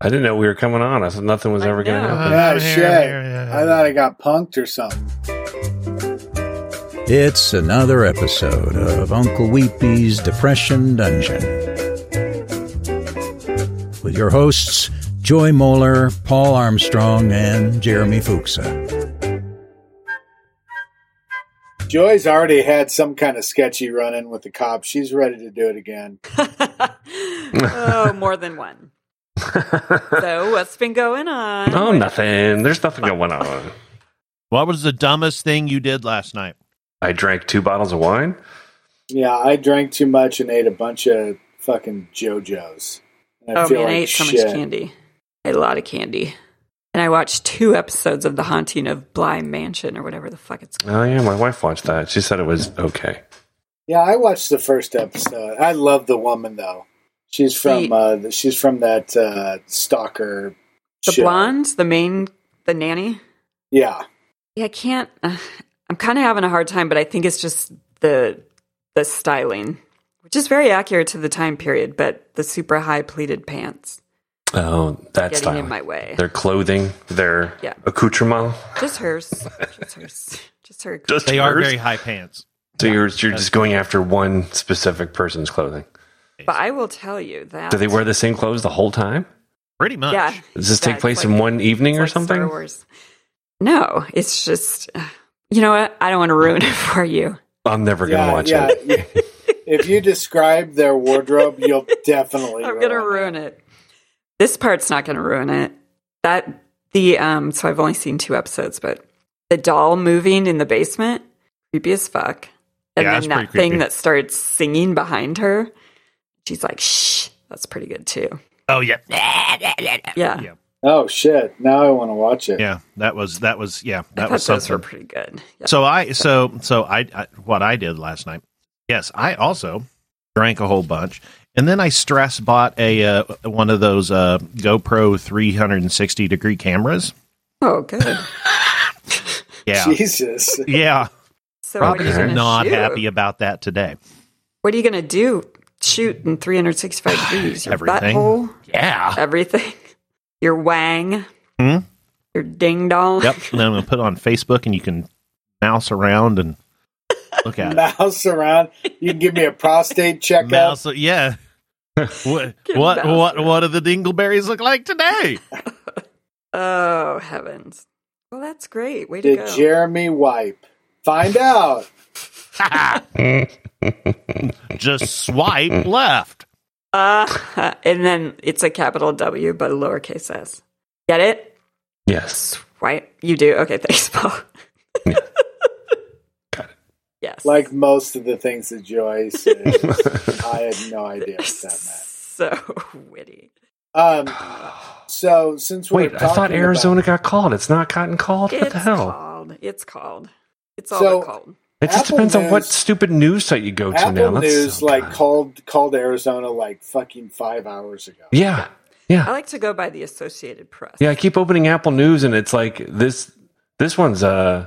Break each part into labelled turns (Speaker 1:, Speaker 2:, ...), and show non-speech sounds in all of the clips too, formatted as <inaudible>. Speaker 1: I didn't know we were coming on. I said nothing was
Speaker 2: I
Speaker 1: ever going to
Speaker 2: know.
Speaker 1: happen.
Speaker 3: Uh,
Speaker 4: Ah,
Speaker 3: I'm here,
Speaker 4: shit.
Speaker 3: I'm here, yeah, yeah.
Speaker 4: I thought I got punked or something.
Speaker 5: It's another episode of Uncle Weepy's Depression Dungeon with your hosts, Joy Moeller, Paul Armstrong, and Jeremy Fuchsa.
Speaker 4: Joy's already had some kind of sketchy run in with the cops. She's ready to do it again.
Speaker 2: <laughs> oh, more than one. So what's been going on?
Speaker 1: oh, nothing. There's nothing going on.
Speaker 3: What was the dumbest thing you did last night?
Speaker 1: I drank two bottles of wine.
Speaker 4: Yeah, I drank too much and ate a bunch of fucking JoJo's. And I
Speaker 2: oh
Speaker 4: feel
Speaker 2: man, I
Speaker 4: like
Speaker 2: ate so
Speaker 4: shit.
Speaker 2: much candy. I ate a lot of candy, and I watched two episodes of The Haunting of Bly Mansion or whatever the fuck it's. called.
Speaker 1: Oh yeah, my wife watched that. She said it was okay.
Speaker 4: Yeah, I watched the first episode. I love the woman though. She's
Speaker 2: Wait.
Speaker 4: from uh, the, she's from that uh, stalker.
Speaker 2: The
Speaker 4: show.
Speaker 2: blonde, the main, the nanny.
Speaker 4: Yeah,
Speaker 2: Yeah, I can't. Uh, I'm kind of having a hard time, but I think it's just the the styling, which is very accurate to the time period. But the super high pleated pants
Speaker 1: Oh, that's
Speaker 2: getting
Speaker 1: style.
Speaker 2: in my way.
Speaker 1: Their clothing, their
Speaker 2: Yeah.
Speaker 1: accoutrement.
Speaker 2: Just hers. Just hers. Just her.
Speaker 1: Just
Speaker 3: They are
Speaker 1: hers.
Speaker 3: very high pants.
Speaker 1: So you're you're just going after one specific person's clothing.
Speaker 2: But I will tell you that.
Speaker 1: Do they wear the same clothes the whole time?
Speaker 3: Pretty much.
Speaker 2: Yeah.
Speaker 1: Does this
Speaker 2: Yeah,
Speaker 1: take
Speaker 2: it's
Speaker 1: place
Speaker 2: like-
Speaker 1: in one evening
Speaker 2: it's
Speaker 1: or
Speaker 2: like Star
Speaker 1: something?
Speaker 2: Wars. No, it's just. You know what? I don't want to ruin it <laughs> for you.
Speaker 1: I'm never gonna
Speaker 4: yeah,
Speaker 1: watch
Speaker 4: yeah.
Speaker 1: it.
Speaker 4: if you describe their wardrobe,
Speaker 2: <laughs>
Speaker 4: you'll definitely.
Speaker 2: I'm gonna ruin it. This part's not gonna ruin it. That the um. So I've only seen two episodes, but the doll moving in the basement, creepy as fuck. And
Speaker 3: Yeah,
Speaker 2: then
Speaker 3: that's pretty
Speaker 2: that
Speaker 3: creepy.
Speaker 2: thing that starts singing behind her. She's like, "Shh, that's pretty good too."
Speaker 3: Oh yeah.
Speaker 2: Yeah,
Speaker 3: Yeah.
Speaker 4: Oh shit! Now I want to watch it.
Speaker 3: Yeah. That was that was yeah,
Speaker 2: I
Speaker 3: that
Speaker 2: thought
Speaker 3: was
Speaker 2: those were
Speaker 3: something.
Speaker 2: pretty good. Yeah.
Speaker 3: So I so so I, I what I did last night. Yes, I also drank a whole bunch, and then I stress bought a uh, one of those uh, GoPro 360 degree cameras.
Speaker 2: oh, good.
Speaker 3: Yeah,
Speaker 4: Jesus.
Speaker 3: yeah.
Speaker 2: So what
Speaker 1: Probably
Speaker 2: are you gonna
Speaker 3: Not
Speaker 2: shoot?
Speaker 3: happy about that today.
Speaker 2: What are you gonna do? Shoot
Speaker 1: <sighs>
Speaker 2: in 365 degrees. Your
Speaker 3: Everything.
Speaker 2: butthole,
Speaker 3: Yeah.
Speaker 2: everything. <laughs> Your wang.
Speaker 3: Hmm?
Speaker 2: Your ding dong.
Speaker 3: Yep. And then I'm gonna put it on Facebook, and you can mouse around and look at it.
Speaker 4: <laughs> mouse around. You can give me a
Speaker 1: <laughs>
Speaker 4: prostate checkup.
Speaker 3: Mouse, yeah.
Speaker 4: <laughs>
Speaker 3: what
Speaker 2: mouse
Speaker 3: what what what do the dingleberries look like today?
Speaker 2: <laughs> Oh heavens! Well, that's great. Way to
Speaker 4: Did
Speaker 2: go.
Speaker 4: Jeremy wipe? Find out.
Speaker 3: Just
Speaker 1: <laughs>
Speaker 3: swipe left.
Speaker 2: uh, <laughs> and then it's a capital W but a lowercase s. Get it?
Speaker 1: <laughs> yes.
Speaker 2: Swipe. You do. Okay, <laughs>
Speaker 1: <laughs>
Speaker 2: thanks, Paul.
Speaker 1: Got it.
Speaker 2: Yes.
Speaker 4: Like most of the things that Joy said,
Speaker 2: <laughs>
Speaker 4: I had no idea what that meant.
Speaker 2: so witty.
Speaker 4: Um, so since we're
Speaker 1: Wait, I thought
Speaker 4: talking
Speaker 1: Arizona got called. It's not gotten called. What
Speaker 2: It's
Speaker 1: the hell?
Speaker 2: called. It's called. It's all
Speaker 4: So-
Speaker 2: called.
Speaker 1: It just
Speaker 4: Apple
Speaker 1: depends on what
Speaker 4: News-
Speaker 1: stupid news site you go
Speaker 4: about,
Speaker 1: to now.
Speaker 4: Apple
Speaker 1: That's-
Speaker 4: News
Speaker 1: oh,
Speaker 4: like
Speaker 1: God.
Speaker 4: called called Arizona like fucking five hours ago.
Speaker 1: Yeah,
Speaker 2: I
Speaker 1: yeah,
Speaker 2: like to go by the Associated Press.
Speaker 1: yeah. I keep opening Apple News and it's like this. This one's uh,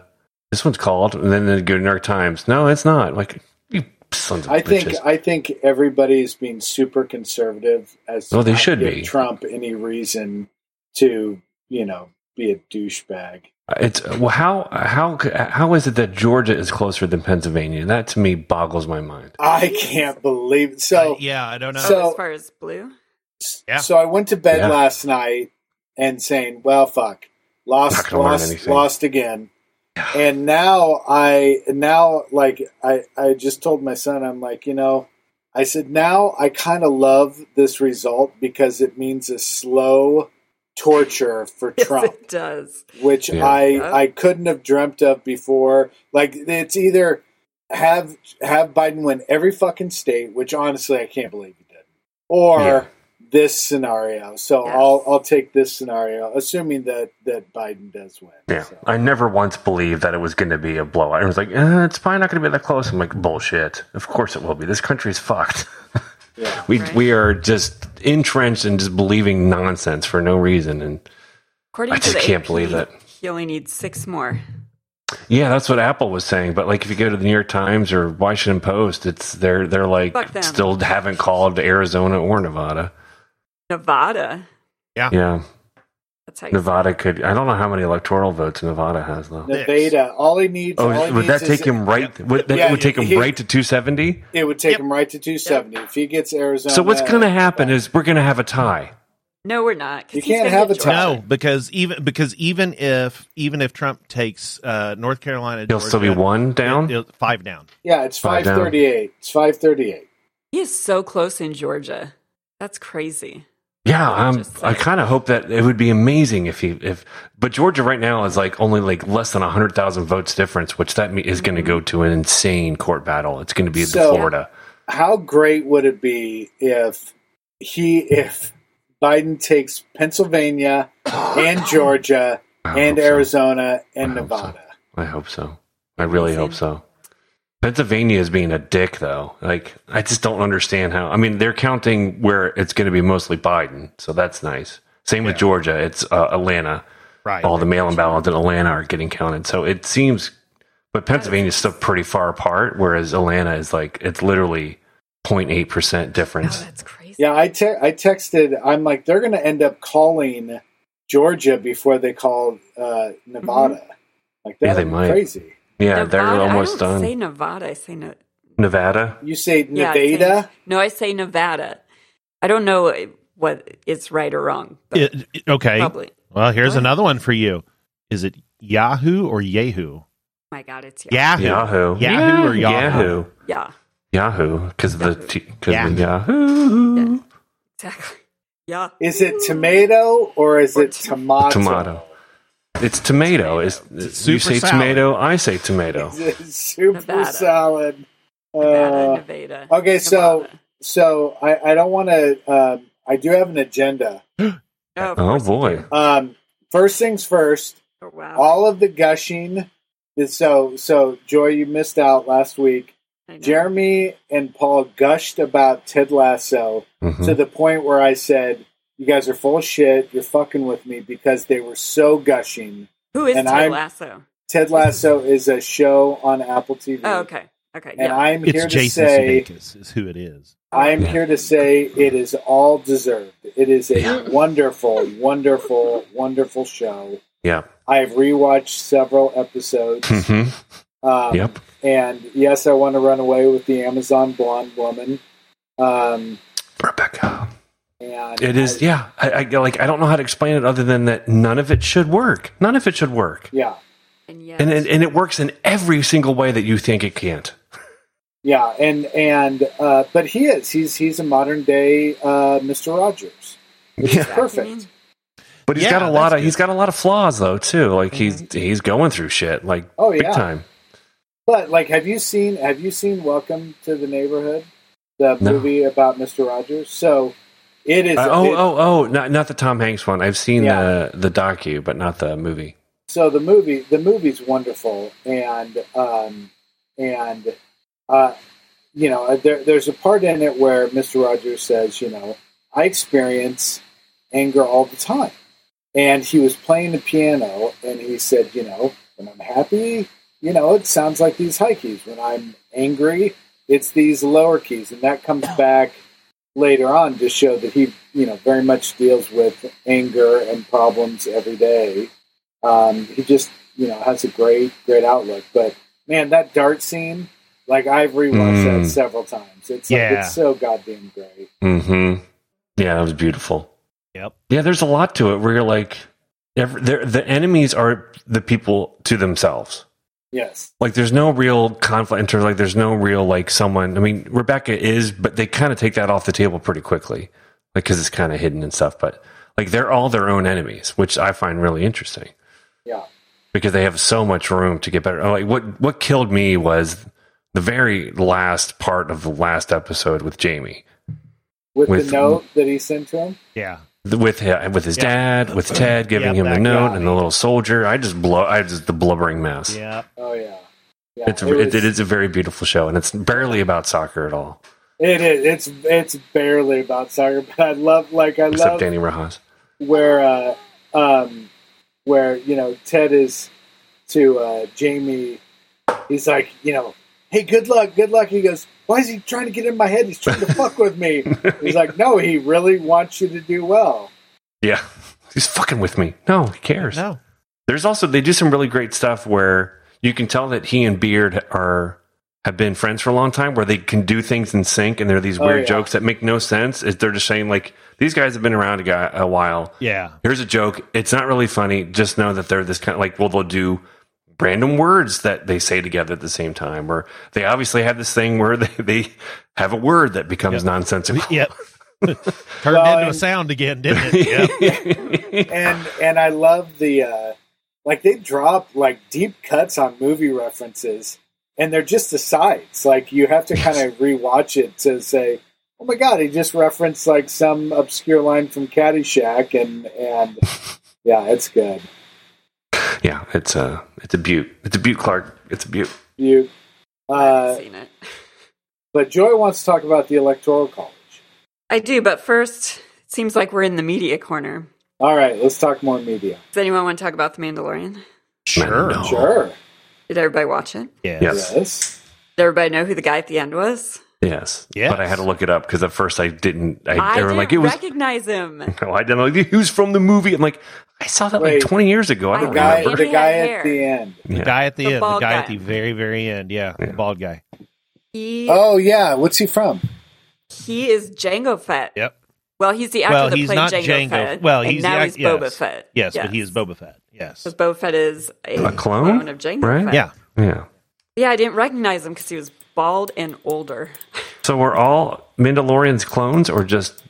Speaker 1: this one's called, and then they go New York Times. No, it's not. Like you sons of
Speaker 4: I
Speaker 1: bitches.
Speaker 4: think I think everybody is being super conservative as to
Speaker 1: Well, they
Speaker 4: not
Speaker 1: should
Speaker 4: give
Speaker 1: be.
Speaker 4: Trump any reason to you know be a douchebag.
Speaker 1: it's well, how how how is it that Georgia is closer than Pennsylvania? That to me boggles my mind.
Speaker 4: I can't believe it. so.
Speaker 3: yeah, I don't know.
Speaker 2: Oh,
Speaker 4: So-
Speaker 2: as far as
Speaker 4: <laughs>
Speaker 2: blue,
Speaker 3: Yeah.
Speaker 4: So I went to bed
Speaker 1: Yeah.
Speaker 4: last night and saying, "Well, fuck,
Speaker 1: Not
Speaker 4: lost,
Speaker 1: gonna learn
Speaker 4: lost,
Speaker 1: anything.
Speaker 4: lost again." And now I now like I I just told my son I'm like you know I said now I kind of love this result because it means a slow
Speaker 3: <laughs>
Speaker 4: torture for
Speaker 2: yes,
Speaker 4: Trump
Speaker 2: it does.
Speaker 4: which
Speaker 1: Yeah.
Speaker 4: I
Speaker 2: Yeah.
Speaker 4: I couldn't have dreamt of before. Like it's either have have Biden win every fucking state, which honestly I can't believe he did, or
Speaker 1: Yeah.
Speaker 4: this scenario. So
Speaker 2: Yes.
Speaker 4: I'll I'll take this scenario, assuming that that Biden does win.
Speaker 1: Yeah,
Speaker 4: So.
Speaker 1: I never once believed that it was going to be a blowout. I was like, eh, it's probably not going to be that close. I'm like, bullshit. Of course it will be. This country's fucked.
Speaker 4: Yeah.
Speaker 1: <laughs> we
Speaker 2: Right.
Speaker 1: we are just entrenched in just believing nonsense for no reason. And
Speaker 2: According
Speaker 1: I
Speaker 2: to
Speaker 1: just
Speaker 2: the
Speaker 1: can't
Speaker 2: AP,
Speaker 1: believe it.
Speaker 2: He only needs six more.
Speaker 1: yeah, that's what Apple was saying. But like, if you go to the New York Times or Washington Post, it's they're they're like
Speaker 2: Fuck them.
Speaker 1: still haven't called Arizona or Nevada.
Speaker 2: Nevada.
Speaker 1: Yeah.
Speaker 2: That's how you
Speaker 1: Nevada could. I don't know how many electoral votes Nevada has, though.
Speaker 3: Six.
Speaker 4: Nevada. All he needs.
Speaker 1: Oh,
Speaker 4: all he
Speaker 1: would
Speaker 4: needs
Speaker 1: that take
Speaker 4: is-
Speaker 1: him right?
Speaker 3: Yeah.
Speaker 1: Would, that
Speaker 4: Yeah,
Speaker 1: would take him
Speaker 4: he-
Speaker 1: right to 270?
Speaker 4: It would take
Speaker 3: Yep.
Speaker 4: him right to 270 if he gets Arizona.
Speaker 1: So what's going to happen is we're going to have a tie.
Speaker 2: No, we're not. 'cause
Speaker 4: You
Speaker 2: he's
Speaker 4: can't
Speaker 2: gonna
Speaker 4: have
Speaker 2: get
Speaker 4: a tie.
Speaker 2: Georgia.
Speaker 3: No, because even because even if even if Trump takes uh, North Carolina,
Speaker 1: He'll still be
Speaker 3: Georgia,
Speaker 1: one down.
Speaker 3: it- it- five down.
Speaker 4: Yeah, it's
Speaker 1: Five down.
Speaker 4: 538. It's 538.
Speaker 2: He is so close in Georgia. That's crazy.
Speaker 1: yeah,
Speaker 2: I'll
Speaker 1: I'm,
Speaker 2: just
Speaker 1: I
Speaker 2: say.
Speaker 1: kind of hope that it would be amazing if he if. But Georgia right now is like only like less than hundred thousand votes difference, which that me- is going to go to an insane court battle. It's going to be the
Speaker 4: So-
Speaker 1: Florida.
Speaker 4: How great would it be if he if Biden takes Pennsylvania
Speaker 1: <gasps>
Speaker 4: and Georgia
Speaker 1: I
Speaker 4: and
Speaker 1: hope so.
Speaker 4: Arizona and
Speaker 1: I hope so.
Speaker 4: Nevada?
Speaker 1: I hope so. I really
Speaker 2: Amazing.
Speaker 1: hope so. Pennsylvania is being a dick, though. Like, I just don't understand how. I mean, they're counting where it's going to be mostly Biden, so that's nice. Same with
Speaker 3: Yeah.
Speaker 1: Georgia. It's uh, Atlanta.
Speaker 3: Right.
Speaker 1: All the mail-in ballots in Atlanta are getting counted, so it seems. But Pennsylvania is still pretty far apart, whereas Atlanta is like it's literally 0.8 percent
Speaker 2: Oh,
Speaker 1: difference.
Speaker 2: that's crazy.
Speaker 4: Yeah, I te- I texted. I'm like, they're going to end up calling Georgia before they call uh, Nevada.
Speaker 2: Mm-hmm.
Speaker 4: Like
Speaker 1: Yeah,
Speaker 4: that
Speaker 1: they
Speaker 4: would be
Speaker 1: might.
Speaker 4: crazy.
Speaker 1: yeah, they're
Speaker 2: Nevada-
Speaker 1: almost
Speaker 2: I don't
Speaker 1: done.
Speaker 2: say Nevada. I say no.
Speaker 1: Nevada.
Speaker 4: You say
Speaker 2: yeah, I
Speaker 4: Nevada?
Speaker 2: say- no, I say Nevada. I don't know what it's right or wrong. But
Speaker 3: It- eh? it- okay.
Speaker 2: Probably.
Speaker 3: Well, here's
Speaker 2: What?
Speaker 3: another one for you. Is it Yahoo or Yahoo?
Speaker 2: My God, it's yeah.
Speaker 3: Yahoo.
Speaker 1: Yahoo.
Speaker 3: Yahoo or Yahoo?
Speaker 1: Yahoo.
Speaker 2: Yeah,
Speaker 1: Yahoo, because the t- cause
Speaker 3: Yeah.
Speaker 1: the Yahoo
Speaker 2: exactly. <laughs> Yeah.
Speaker 4: Is it tomato or is
Speaker 2: Or
Speaker 4: it
Speaker 2: t-
Speaker 4: tomato? <laughs>
Speaker 1: tomato. It's tomato. It's, you
Speaker 3: super
Speaker 1: say
Speaker 3: salad.
Speaker 1: tomato, I say tomato.
Speaker 4: Super
Speaker 2: Nevada.
Speaker 4: salad.
Speaker 2: Nevada,
Speaker 4: Uh,
Speaker 2: Nevada.
Speaker 4: okay, so-
Speaker 2: Nevada.
Speaker 4: so I, I don't want to. Um, I do have an agenda.
Speaker 2: Oh, of
Speaker 1: Oh
Speaker 2: course.
Speaker 1: boy,
Speaker 4: Um, first things first.
Speaker 2: Oh, wow.
Speaker 4: All of the gushing. So so Joy, you missed out last week.
Speaker 2: I know.
Speaker 4: Jeremy and Paul gushed about Ted Lasso
Speaker 1: Mhm.
Speaker 3: Hmm.
Speaker 4: to the point where I said, "You guys are full of shit. You're fucking with me," because they were so gushing.
Speaker 2: Who is
Speaker 4: and
Speaker 2: Ted
Speaker 4: I'm-
Speaker 2: Lasso?
Speaker 4: Ted Lasso is a show on Apple TV.
Speaker 2: Oh, okay. Okay.
Speaker 4: And
Speaker 2: yeah.
Speaker 4: I'm here
Speaker 3: It's
Speaker 4: to
Speaker 3: Jason
Speaker 4: say
Speaker 3: Sudeikis is who it is.
Speaker 4: I am
Speaker 1: Yeah.
Speaker 4: here to say it is all deserved. It is a wonderful, wonderful, wonderful show.
Speaker 1: yeah,
Speaker 4: I've rewatched several episodes.
Speaker 1: hmm
Speaker 4: Um,
Speaker 1: yep.
Speaker 4: And yes, I want to run away with the Amazon blonde woman. Um,
Speaker 1: Rebecca,
Speaker 4: and
Speaker 1: it is.
Speaker 4: I-
Speaker 1: Yeah, I, I like. I don't know how to explain it other than that none of it should work. None of it should work,
Speaker 4: yeah,
Speaker 2: and yes.
Speaker 1: and and, and it works in every single way that you think it can't.
Speaker 4: yeah, and and uh, but he is he's he's a modern day uh, Mister Rogers. It's
Speaker 1: Yeah.
Speaker 4: perfect.
Speaker 1: But he's
Speaker 3: Yeah,
Speaker 1: got a lot
Speaker 3: that's
Speaker 1: of he's got a lot of flaws though too. Like he's he's going through shit like
Speaker 4: Oh,
Speaker 1: big
Speaker 4: yeah.
Speaker 1: time.
Speaker 4: But like, have you seen have you seen Welcome to the Neighborhood, the
Speaker 1: No.
Speaker 4: movie about Mister Rogers? So it is.
Speaker 1: Uh, oh
Speaker 4: it-
Speaker 1: oh oh, not not the Tom Hanks one. I've seen
Speaker 4: Yeah.
Speaker 1: the the docu, but not the movie.
Speaker 4: so the movie the movie's wonderful and um and uh you know there, there's a part in it where mr rogers says you know i experience anger all the time and he was playing the piano and he said you know when i'm happy you know it sounds like these high keys when i'm angry it's these lower keys and that comes back later on to show that he you know very much deals with anger and problems every day um, he just you know has a great great outlook. But man, that dart scene, like I've rewatched
Speaker 1: Mm.
Speaker 4: that several times. It's like,
Speaker 3: Yeah.
Speaker 4: it's so goddamn great.
Speaker 1: Hmm. Yeah, that was beautiful.
Speaker 3: Yep.
Speaker 1: Yeah, there's a lot to it where you're like, every, they're- the enemies are the people to themselves.
Speaker 4: Yes,
Speaker 1: Like, there's no real conflict in terms. Like, there's no real like someone. I mean, Rebecca is, but they kind of take that off the table pretty quickly, like because it's kind of hidden and stuff. But like, they're all their own enemies, which I find really interesting
Speaker 4: yeah,
Speaker 1: because they have so much room to get better. Like what what killed me was the very last part of the last episode with Jamie,
Speaker 4: with,
Speaker 1: With-
Speaker 4: the note that he sent to him.
Speaker 3: Yeah.
Speaker 1: with him, with his dad, with Ted giving
Speaker 3: Yep,
Speaker 1: him the
Speaker 3: that
Speaker 1: note
Speaker 3: guy.
Speaker 1: and the little soldier. I just blow. I just the blubbering mess.
Speaker 3: Yeah.
Speaker 4: Oh yeah, yeah.
Speaker 1: It's it,
Speaker 4: was-
Speaker 1: it is a very beautiful show, and it's barely about soccer at all,
Speaker 4: It is. It's it's barely about soccer, but I love like I
Speaker 1: except
Speaker 4: love
Speaker 1: Danny Rojas.
Speaker 4: where uh, um, where you know Ted is to uh, Jamie. He's like, you know, hey, good luck, good luck. He goes, why is he
Speaker 1: <laughs>
Speaker 4: trying to get in my head? He's trying to fuck with me. He's like, no, he really wants you to do well.
Speaker 1: Yeah. He's fucking with me. No, he cares.
Speaker 3: No.
Speaker 1: There's also they do some really great stuff where you can tell that he and Beard are have been friends for a long time, where they can do things in sync, and there are these
Speaker 4: Oh,
Speaker 1: weird
Speaker 4: yeah.
Speaker 1: jokes that make no sense. Is they're just saying like these guys have been around a guy a while.
Speaker 3: Yeah.
Speaker 1: Here's a joke. It's not really funny. Just know that they're this kind of like well they'll do random words that they say together at the same time, or they obviously have this thing where <laughs> they, they have a word that becomes
Speaker 3: Yep.
Speaker 1: nonsensical.
Speaker 3: Yep. <laughs> Turned
Speaker 4: Well,
Speaker 3: into a
Speaker 4: and-
Speaker 3: sound
Speaker 4: <laughs>
Speaker 3: again, didn't it?
Speaker 1: <laughs>
Speaker 3: Yep.
Speaker 4: and and I love the uh, like they drop like deep cuts on movie references, and they're just asides. Like you have to kind of rewatch it to say, "Oh my god, he just referenced like some obscure line from Caddyshack,"
Speaker 1: <laughs>
Speaker 4: and and yeah, it's good.
Speaker 1: yeah, it's a it's a butte. It's a butte, Clark. It's a butte.
Speaker 4: You, uh,
Speaker 2: I've seen it.
Speaker 4: but Joy wants to talk about the Electoral College.
Speaker 2: I do, but first, it seems like we're in the media corner.
Speaker 4: All right, let's talk more media.
Speaker 2: Does anyone want to talk about The Mandalorian?
Speaker 3: Sure.
Speaker 1: No.
Speaker 4: Sure.
Speaker 2: Did everybody watch it?
Speaker 3: Yes.
Speaker 1: Oh, Yes.
Speaker 4: Yes.
Speaker 2: Did everybody know who the guy at the end was?
Speaker 1: Yes.
Speaker 3: Yes.
Speaker 1: But I had to look it up because at first I didn't. I,
Speaker 2: I
Speaker 1: they were
Speaker 2: didn't
Speaker 1: like, it was.
Speaker 2: recognize him.
Speaker 1: <laughs> No, I didn't like who's from the movie. I'm like, I saw that
Speaker 4: Wait.
Speaker 1: like 20 years ago. I
Speaker 2: The
Speaker 1: don't
Speaker 4: The guy,
Speaker 1: remember.
Speaker 4: the
Speaker 2: Maybe
Speaker 4: guy
Speaker 2: I
Speaker 4: at the end.
Speaker 1: Yeah.
Speaker 3: Guy at the,
Speaker 2: The
Speaker 3: end, the
Speaker 2: bald
Speaker 3: guy,
Speaker 2: guy.
Speaker 3: at the very, very end. Yeah,
Speaker 1: Yeah.
Speaker 3: the bald guy.
Speaker 2: He
Speaker 4: Oh yeah, what's he from?
Speaker 2: he is Django Fett.
Speaker 3: Yep.
Speaker 2: Well, he's the actor
Speaker 3: Well,
Speaker 2: that
Speaker 3: he's
Speaker 2: played
Speaker 3: not
Speaker 2: Django,
Speaker 3: Django.
Speaker 2: Fett.
Speaker 3: Well,
Speaker 2: and
Speaker 3: he's
Speaker 2: now
Speaker 3: the,
Speaker 2: he's
Speaker 3: ac- yes.
Speaker 2: Boba Fett.
Speaker 3: Yes, but he is Boba Fett. Yes.
Speaker 2: because Boba Fett is a,
Speaker 1: A clone?
Speaker 2: of Django
Speaker 1: Right?
Speaker 2: Fett.
Speaker 3: Yeah.
Speaker 1: yeah.
Speaker 2: yeah. I didn't recognize him because he was bald and older.
Speaker 1: So we're all Mandalorians clones or just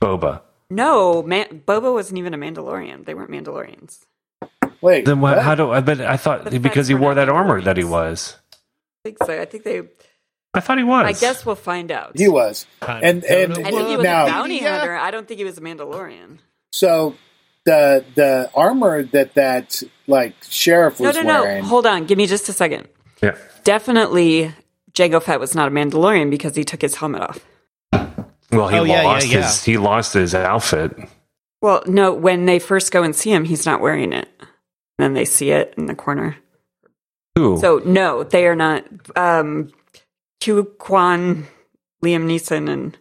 Speaker 1: Boba?
Speaker 2: No, Man- Boba wasn't even a Mandalorian. They weren't Mandalorians.
Speaker 4: Wait,
Speaker 1: Then what,
Speaker 4: what?
Speaker 1: how do I? But I thought
Speaker 2: The
Speaker 1: because he
Speaker 2: Fetts were
Speaker 1: wore
Speaker 2: not
Speaker 1: that armor that he
Speaker 2: Mandalorians.
Speaker 1: was.
Speaker 2: I think so. I think they.
Speaker 1: I thought he was.
Speaker 2: I guess we'll find out.
Speaker 4: He was.
Speaker 3: Time
Speaker 4: And
Speaker 3: to go
Speaker 4: and
Speaker 3: to
Speaker 2: I think he was
Speaker 4: now
Speaker 2: a bounty
Speaker 3: Yeah.
Speaker 2: hunter. I don't think he was a Mandalorian.
Speaker 4: so the the armor that that like sheriff
Speaker 2: No,
Speaker 4: was
Speaker 2: no, no.
Speaker 4: wearing.
Speaker 2: Hold on. Give me just a second.
Speaker 1: Yeah.
Speaker 2: Definitely, Jango Fett was not a Mandalorian because he took his helmet off.
Speaker 1: Well, he
Speaker 3: Oh, yeah, yeah,
Speaker 1: lost
Speaker 3: yeah.
Speaker 1: his he lost his outfit.
Speaker 2: Well, no, when they first go and see him, he's not wearing it. And then they see it in the corner.
Speaker 1: Who?
Speaker 2: So no, they are not. Um, Q Kwan, Liam Neeson, and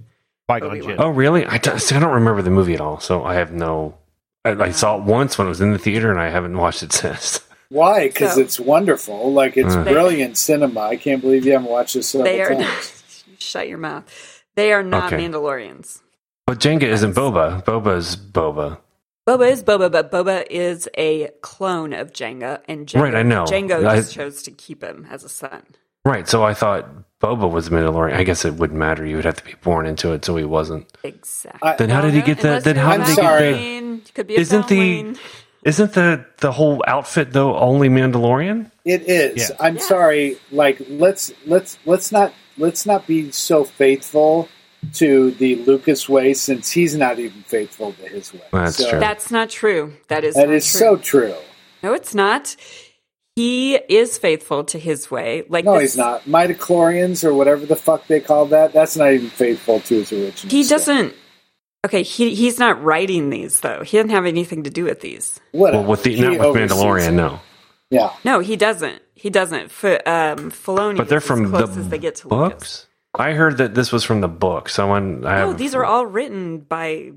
Speaker 3: Qui-Gon
Speaker 2: Obi-Wan.
Speaker 3: Jinn.
Speaker 1: Oh, really? I don't, see, I don't remember the movie at all, so I have no. I, I saw it once when it was in the theater, and I haven't watched it <laughs> since.
Speaker 4: Why? Because
Speaker 2: So-
Speaker 4: it's wonderful. Like it's
Speaker 1: Mm.
Speaker 4: brilliant cinema. I can't believe you haven't watched this several
Speaker 2: they are. <laughs>
Speaker 4: times.
Speaker 2: shut your mouth. They are not
Speaker 1: Okay.
Speaker 2: Mandalorians.
Speaker 1: But Jenga isn't Boba. Boba's Boba.
Speaker 2: Boba is Boba, but Boba is a clone of Jango, and Jango,
Speaker 1: Right, I know.
Speaker 2: Jango
Speaker 1: I-
Speaker 2: just chose to keep him as a son.
Speaker 1: Right. So I thought Boba was the Mandalorian. I guess it wouldn't matter. You would have to be born into it, so he wasn't.
Speaker 2: Exactly.
Speaker 4: I-
Speaker 1: Then how did he get that?
Speaker 2: Unless
Speaker 1: Then
Speaker 2: you're
Speaker 1: how
Speaker 2: a
Speaker 1: did he get
Speaker 4: sorry.
Speaker 1: that?
Speaker 2: Valkyrie, Could be a
Speaker 1: Isn't the-
Speaker 2: Valkyrie.
Speaker 1: Isn't the the whole outfit though only Mandalorian?
Speaker 4: It is.
Speaker 3: Yeah.
Speaker 4: I'm
Speaker 2: Yeah.
Speaker 4: sorry. Like let's let's let's not let's not be so faithful to the Lucas way since he's not even faithful to his way.
Speaker 1: That's
Speaker 4: so,
Speaker 1: true.
Speaker 2: That's not true. That is
Speaker 4: That
Speaker 2: not
Speaker 4: is
Speaker 2: true.
Speaker 4: so true.
Speaker 2: No, it's not. He is faithful to his way. Like
Speaker 4: No,
Speaker 2: this-
Speaker 4: he's not. Midichlorians or whatever the fuck they call that. That's not even faithful to his original.
Speaker 2: He
Speaker 4: stuff.
Speaker 2: doesn't. Okay, he he's not writing these though. He doesn't have anything to do with these.
Speaker 4: Whatever.
Speaker 1: Well, with the
Speaker 4: He
Speaker 1: not with
Speaker 4: oversees it.
Speaker 1: Mandalorian, no.
Speaker 4: Yeah.
Speaker 2: No, he doesn't. He doesn't. F- um, Filoni.
Speaker 1: But they're
Speaker 2: is
Speaker 1: from
Speaker 2: as
Speaker 1: the
Speaker 2: close as they get to Lucas.
Speaker 1: books. I heard that this was from the book. Someone. I
Speaker 2: No,
Speaker 1: have-
Speaker 2: these are all written by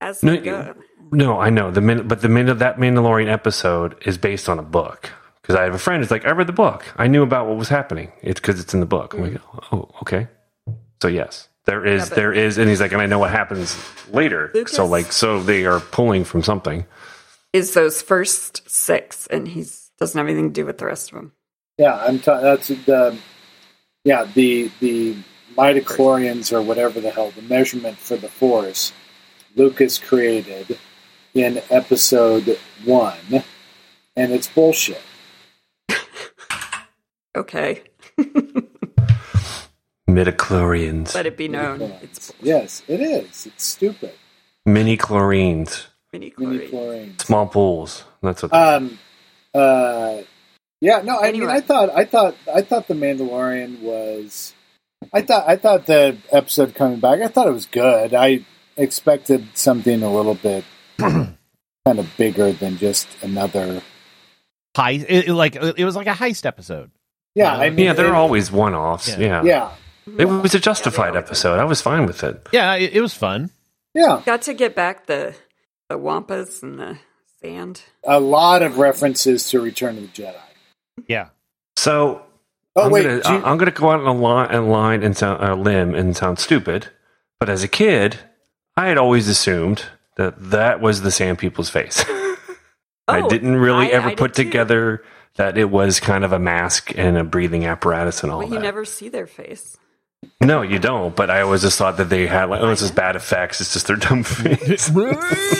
Speaker 2: as
Speaker 1: No,
Speaker 2: they go.
Speaker 1: no, I know the min- but the minute that Mandalorian episode is based on a book because I have a friend who's like, I read the book. I knew about what was happening. It's because it's in the book. I'm like, oh, okay. So yes, there is,
Speaker 2: Mm. but-
Speaker 1: there is, and he's like, and I know what happens later.
Speaker 2: Lucas-
Speaker 1: So like, so they are pulling from something.
Speaker 2: Is those first six, and he doesn't have anything to do with the rest of them.
Speaker 4: Yeah, I'm. T- that's the. Yeah, the the midichlorians or whatever the hell the measurement for the force, Lucas created in episode one, and it's bullshit.
Speaker 2: Okay,
Speaker 1: Midichlorians,
Speaker 2: let it be known it's
Speaker 4: Yes, it is. It's stupid.
Speaker 1: mini chlorines,
Speaker 2: mini chlorine.
Speaker 4: Midichlorians.
Speaker 1: small pools. That's what.
Speaker 4: Um. Uh. Yeah. No. I
Speaker 2: Anyway.
Speaker 4: mean, I thought, I thought, I thought the Mandalorian was. I thought, I thought the episode coming back. I thought it was good. I expected something a
Speaker 1: <clears throat>
Speaker 4: little bit kind of bigger than just another.
Speaker 3: Heist. It, it like it was like a heist episode.
Speaker 4: Yeah. I mean,
Speaker 1: yeah, they're
Speaker 4: it-
Speaker 1: always one-offs. Yeah.
Speaker 3: Yeah.
Speaker 4: Yeah.
Speaker 1: It was a justified episode. I was fine with it.
Speaker 3: Yeah, it, it was fun.
Speaker 4: Yeah.
Speaker 2: Got to get back the the wampas and the sand.
Speaker 4: A lot of references to Return of the Jedi.
Speaker 3: Yeah.
Speaker 1: So
Speaker 4: Oh
Speaker 1: I'm
Speaker 4: wait,
Speaker 1: gonna, uh,
Speaker 4: do you-
Speaker 1: I'm gonna go out on a line, a line and sound, a limb and sound stupid, but as a kid, I had always assumed that that was the sand people's face. <laughs> I
Speaker 2: Oh,
Speaker 1: didn't really
Speaker 2: I-
Speaker 1: ever
Speaker 2: I did
Speaker 1: put
Speaker 2: too.
Speaker 1: together that it was kind of a mask and a breathing apparatus and all
Speaker 2: Well,
Speaker 1: that.
Speaker 2: you never see their face.
Speaker 1: no, you don't. But I always just thought that they had like, oh, this is bad effects. It's just their
Speaker 4: <laughs>
Speaker 1: dumb face. <laughs>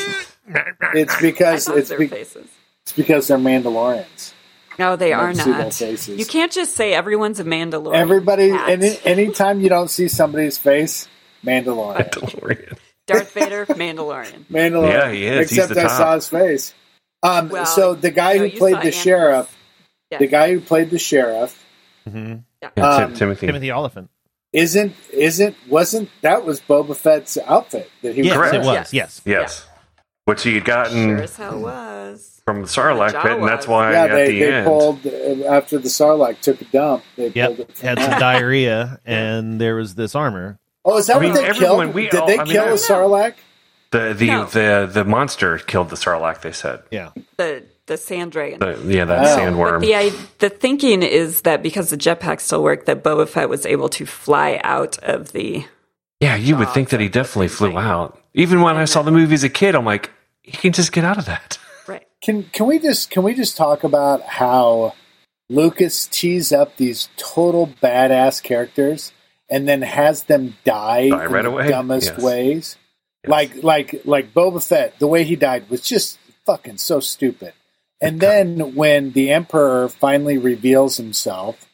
Speaker 1: uh,
Speaker 4: It's
Speaker 2: I
Speaker 4: because
Speaker 2: saw
Speaker 4: it's,
Speaker 2: their
Speaker 4: be-
Speaker 2: faces.
Speaker 4: it's because they're Mandalorians.
Speaker 2: No, they are
Speaker 4: don't see their
Speaker 2: not.
Speaker 4: faces.
Speaker 2: You can't just say everyone's a Mandalorian.
Speaker 4: Everybody,
Speaker 2: Cat.
Speaker 4: any anytime you don't see somebody's face, Mandalorian.
Speaker 1: Mandalorian.
Speaker 2: Darth Vader, Mandalorian.
Speaker 4: Mandalorian.
Speaker 1: Yeah, he is. He's
Speaker 4: Except
Speaker 1: the
Speaker 4: I
Speaker 1: top.
Speaker 4: saw his face. Um,
Speaker 2: Well,
Speaker 4: <laughs> so the guy
Speaker 2: no,
Speaker 4: who
Speaker 2: you
Speaker 4: played
Speaker 2: saw
Speaker 4: the
Speaker 2: Anakin.
Speaker 4: sheriff,
Speaker 2: Yeah.
Speaker 4: the guy who played the sheriff,
Speaker 3: Mhm.
Speaker 1: Yeah, Tim-
Speaker 4: Um,
Speaker 1: Timothy.
Speaker 3: Timothy Oliphant.
Speaker 4: isn't isn't wasn't that was Boba Fett's outfit that he
Speaker 3: Yes,
Speaker 4: was
Speaker 1: Correct.
Speaker 3: it
Speaker 4: wearing.
Speaker 3: was. Yes.
Speaker 1: Yes, which he had
Speaker 2: Sure
Speaker 1: gotten
Speaker 2: as hell was.
Speaker 1: from the Sarlacc pit, and that's
Speaker 2: Jawas.
Speaker 1: why
Speaker 4: Yeah,
Speaker 1: at
Speaker 4: they,
Speaker 1: the
Speaker 4: they
Speaker 1: end.
Speaker 4: pulled uh, after the Sarlacc took a dump. They pulled
Speaker 3: Yep.
Speaker 4: it from
Speaker 3: Had
Speaker 4: that. <laughs>
Speaker 3: some diarrhea, and there was this armor.
Speaker 4: Oh, is that
Speaker 1: I mean,
Speaker 4: what they
Speaker 1: everyone-
Speaker 4: killed?
Speaker 1: we
Speaker 4: Did
Speaker 1: all-
Speaker 4: they
Speaker 1: I mean,
Speaker 4: kill
Speaker 1: I-
Speaker 4: a Sarlacc?
Speaker 1: The the,
Speaker 2: No.
Speaker 1: the the monster killed the Sarlacc. They said,
Speaker 3: Yeah.
Speaker 2: The the sand dragon.
Speaker 1: The- yeah, that
Speaker 4: Oh.
Speaker 1: sandworm.
Speaker 2: The I, the thinking is that because the jetpack still worked, that Boba Fett was able to fly out of the.
Speaker 1: yeah, you would think that he definitely flew out. Even when I saw the movie as a kid, I'm like, he can just get out of that.
Speaker 2: Right.
Speaker 4: Can can we just can we just talk about how Lucas tees up these total badass characters and then has them die,
Speaker 1: Die
Speaker 4: in
Speaker 1: right
Speaker 4: the
Speaker 1: away?
Speaker 4: dumbest
Speaker 1: Yes.
Speaker 4: ways? Like like like Boba Fett, the way he died was just fucking so stupid. And then when the Emperor finally reveals himself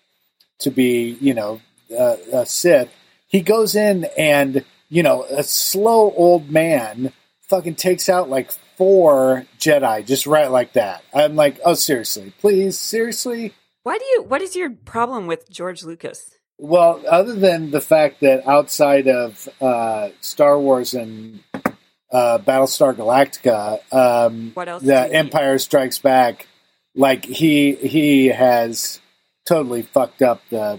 Speaker 4: to be, you know, uh, a Sith, he goes in and you know a slow old man fucking takes out like four Jedi just right like that. I'm like, oh seriously, please, seriously.
Speaker 2: Why do you? What is your problem with George Lucas?
Speaker 4: Well, other than the fact that outside of uh, Star Wars and uh, Battlestar Galactica, um,
Speaker 2: What else
Speaker 4: the
Speaker 2: do you-
Speaker 4: Empire Strikes Back, like he he has totally fucked up the.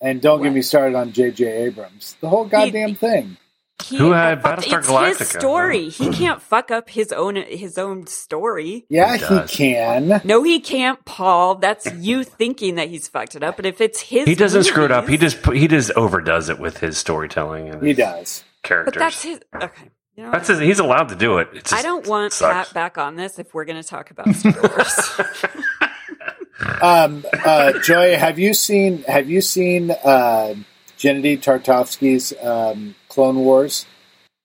Speaker 4: And don't get
Speaker 2: What?
Speaker 4: me started on J.J. Abrams. The whole goddamn thing.
Speaker 2: He,
Speaker 1: Who had
Speaker 2: fuck-
Speaker 1: Battlestar
Speaker 2: it's His
Speaker 1: Galactica?
Speaker 2: story. He can't fuck up his own his own story.
Speaker 4: Yeah,
Speaker 1: He
Speaker 4: he
Speaker 1: does.
Speaker 4: can.
Speaker 2: No, he can't, Paul. That's you thinking that he's fucked it up. But if it's his,
Speaker 1: He doesn't screw it up. He
Speaker 2: movies-
Speaker 1: just pu- he just overdoes it with his storytelling and
Speaker 4: He
Speaker 1: his
Speaker 4: does.
Speaker 1: characters.
Speaker 2: But that's his. Okay. You know
Speaker 1: That's
Speaker 2: what?
Speaker 1: his, he's allowed to do it. It just
Speaker 2: I don't want
Speaker 1: sucks.
Speaker 2: Pat back on this if we're going to talk
Speaker 1: <laughs>
Speaker 2: about Star Wars.
Speaker 4: Um, uh, Joy, have you seen have you seen uh, Gennady Tartovsky's um, Clone Wars?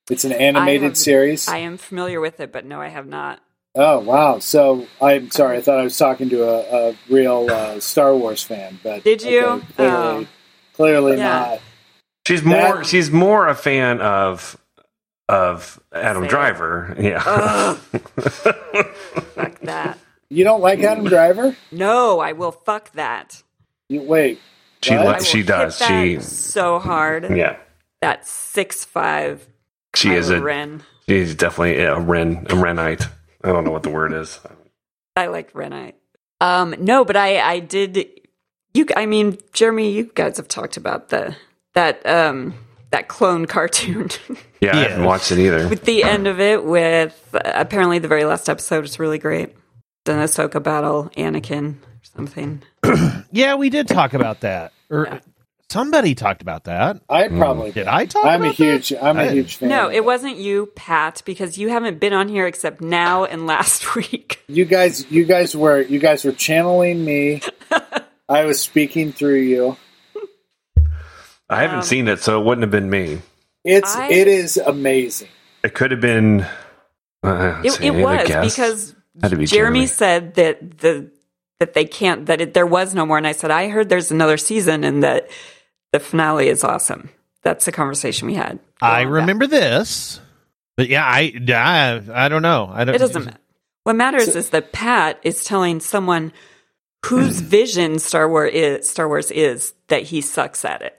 Speaker 4: It's an
Speaker 2: I
Speaker 4: animated
Speaker 2: have-
Speaker 4: series.
Speaker 2: I am familiar with it, but no, I have not.
Speaker 4: Oh wow! So I'm sorry. I thought I was talking to a, a real uh, Star Wars fan, but
Speaker 2: Did you?
Speaker 4: okay, clearly,
Speaker 2: Oh.
Speaker 4: clearly
Speaker 2: Yeah.
Speaker 4: not.
Speaker 1: She's
Speaker 4: That-
Speaker 1: more she's more a fan of of Adam
Speaker 2: Sam.
Speaker 1: Driver. Yeah.
Speaker 2: Ugh. fuck that.
Speaker 4: You don't like Adam Driver?
Speaker 2: No, I will fuck that.
Speaker 4: You, wait,
Speaker 1: <laughs> she
Speaker 4: what?
Speaker 2: I
Speaker 1: looks
Speaker 2: will
Speaker 1: she
Speaker 2: hit
Speaker 1: does.
Speaker 2: that
Speaker 1: She
Speaker 2: so hard.
Speaker 1: yeah.
Speaker 2: That six five.
Speaker 1: She is a
Speaker 2: Ren.
Speaker 1: she's definitely a Ren a Renite. I don't know what the word is.
Speaker 2: I like Renite. Um, no, but I I did. You, I mean, Jeremy, you guys have talked about the that um that clone cartoon <laughs>
Speaker 1: Yeah, I
Speaker 3: Yes.
Speaker 1: haven't watched it either.
Speaker 2: with the end of it with uh, apparently the very last episode is really great. The Ahsoka battle, Anakin or something.
Speaker 3: Yeah, we did talk about that. Or
Speaker 2: Yeah.
Speaker 3: somebody talkked about that.
Speaker 4: I probably
Speaker 3: Did I talk?
Speaker 4: I'm a
Speaker 3: about
Speaker 4: huge I'm
Speaker 3: I
Speaker 4: a
Speaker 3: didn't.
Speaker 4: huge fan.
Speaker 2: No,
Speaker 4: of
Speaker 2: it wasn't you, Pat, because you haven't been on here except now and last <laughs> week.
Speaker 4: You guys, you guys were you guys were channeling
Speaker 2: <laughs>
Speaker 4: me. I was speaking through you.
Speaker 1: I
Speaker 2: um,
Speaker 1: haven't seen it, so it wouldn't have been me.
Speaker 4: It's
Speaker 2: I-
Speaker 4: it is amazing.
Speaker 1: It could have been. Uh, let's
Speaker 2: It,
Speaker 1: see,
Speaker 2: it
Speaker 1: I
Speaker 2: was
Speaker 1: guess.
Speaker 2: because
Speaker 1: Had to be
Speaker 2: Jeremy, said that the that they can't that it, there was no more, and I said I heard there's another season and that the finale is awesome. That's the conversation we had. Go
Speaker 3: I
Speaker 2: on back.
Speaker 3: remember this. But yeah, I, I I don't know. I don't.
Speaker 2: It doesn't matter. What matters is that Pat is telling someone whose
Speaker 4: <clears throat>
Speaker 2: vision Star Wars is Star Wars is that he sucks at it.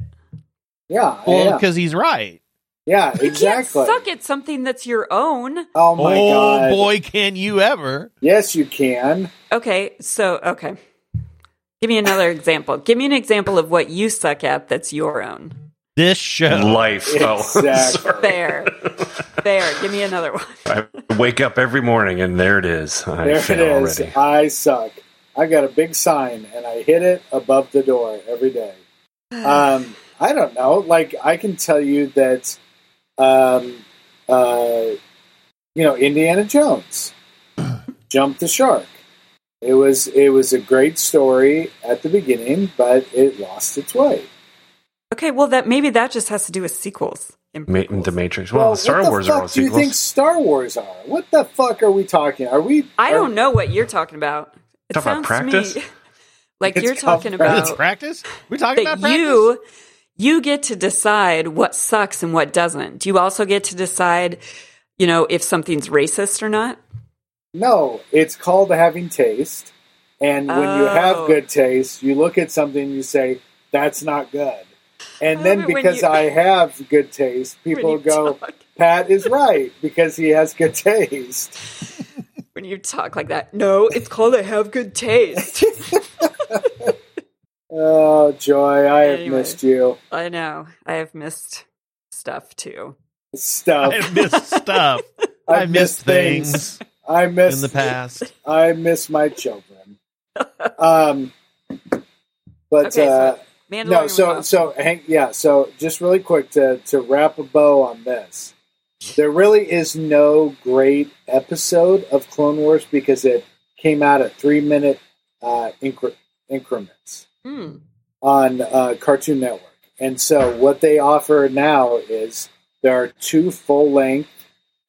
Speaker 4: Yeah,
Speaker 3: Well,
Speaker 4: yeah,
Speaker 3: because he's right.
Speaker 4: yeah,
Speaker 2: You
Speaker 4: exactly.
Speaker 2: can't suck at something that's your own.
Speaker 4: Oh my
Speaker 3: oh
Speaker 4: god!
Speaker 3: boy, can you ever?
Speaker 4: Yes, you can.
Speaker 2: Okay, so okay. Give me another example. Give me an example of what you suck at that's your own.
Speaker 3: this show.
Speaker 1: Life. Oh,
Speaker 4: <laughs>
Speaker 1: <laughs>
Speaker 4: Exactly.
Speaker 1: sorry.
Speaker 4: <laughs>
Speaker 2: There. There. Give me another one.
Speaker 1: <laughs> I wake up every morning and there it is. I
Speaker 4: There it
Speaker 1: fail
Speaker 4: is.
Speaker 1: already.
Speaker 4: I suck. I got a big sign and I hit it above the door every
Speaker 2: <sighs>
Speaker 4: day. Um, I don't know. Like I can tell you that, um, uh, you know, Indiana Jones jumped the shark. It was it was a great story at the beginning, but it lost its way.
Speaker 2: Okay, well that maybe that just has to do with sequels. and
Speaker 1: Ma-
Speaker 2: prequels.
Speaker 1: the Matrix. Well, Star
Speaker 4: what the
Speaker 1: Wars
Speaker 4: fuck
Speaker 1: are all
Speaker 4: do you
Speaker 1: sequels.
Speaker 4: think Star Wars are? What the fuck are we talking? Are we?
Speaker 2: I
Speaker 4: are-
Speaker 2: don't know what you're talking about. It
Speaker 1: Talk about
Speaker 2: sounds to
Speaker 1: practice?
Speaker 2: me <laughs> like
Speaker 4: It's
Speaker 2: you're talking
Speaker 4: called
Speaker 2: about
Speaker 3: <laughs>
Speaker 4: practice.
Speaker 3: It's practice. We're talking
Speaker 2: that
Speaker 3: about practice.
Speaker 2: you you get to decide what sucks and what doesn't. Do you also get to decide, you know, if something's racist or not?
Speaker 4: No, it's called having taste. And when you
Speaker 2: Oh.
Speaker 4: have good taste, you look at something and you say, that's not good. And
Speaker 2: I
Speaker 4: then
Speaker 2: love it when
Speaker 4: because
Speaker 2: you- <laughs>
Speaker 4: I have good taste, people
Speaker 2: you
Speaker 4: go,
Speaker 2: talk.
Speaker 4: Pat is right because he has good taste.
Speaker 2: When you talk like that, no, it's called I have good
Speaker 4: <laughs>
Speaker 2: taste.
Speaker 4: Oh, Joy, I have
Speaker 2: Anyway.
Speaker 4: missed you.
Speaker 2: I know. I have missed stuff too.
Speaker 4: <laughs> Stuff.
Speaker 3: I missed stuff.
Speaker 4: <laughs>
Speaker 3: I
Speaker 4: I've
Speaker 3: missed
Speaker 4: missed things.
Speaker 3: things
Speaker 4: I
Speaker 3: in
Speaker 4: miss
Speaker 3: the past.
Speaker 4: I miss
Speaker 2: <laughs>
Speaker 4: my children. um, but
Speaker 2: Okay, so
Speaker 4: uh,
Speaker 2: Mandalorian.
Speaker 4: no,
Speaker 2: was
Speaker 4: so
Speaker 2: awesome.
Speaker 4: so hang, yeah, so just really quick to to wrap a bow on this. There really is no great episode of Clone Wars because it came out at three minute uh, incre- increments
Speaker 2: Hmm.
Speaker 4: on uh, Cartoon Network, and so what they offer now is there are two full length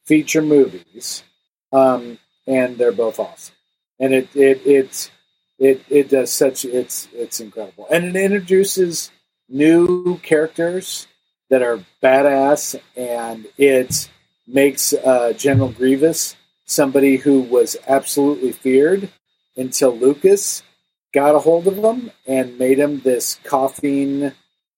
Speaker 4: feature movies, um, and they're both awesome. And it it it's it it does such it's it's incredible, and it introduces new characters that are badass, and it makes uh, General Grievous somebody who was absolutely feared until Lucas got a hold of him and made him this coughing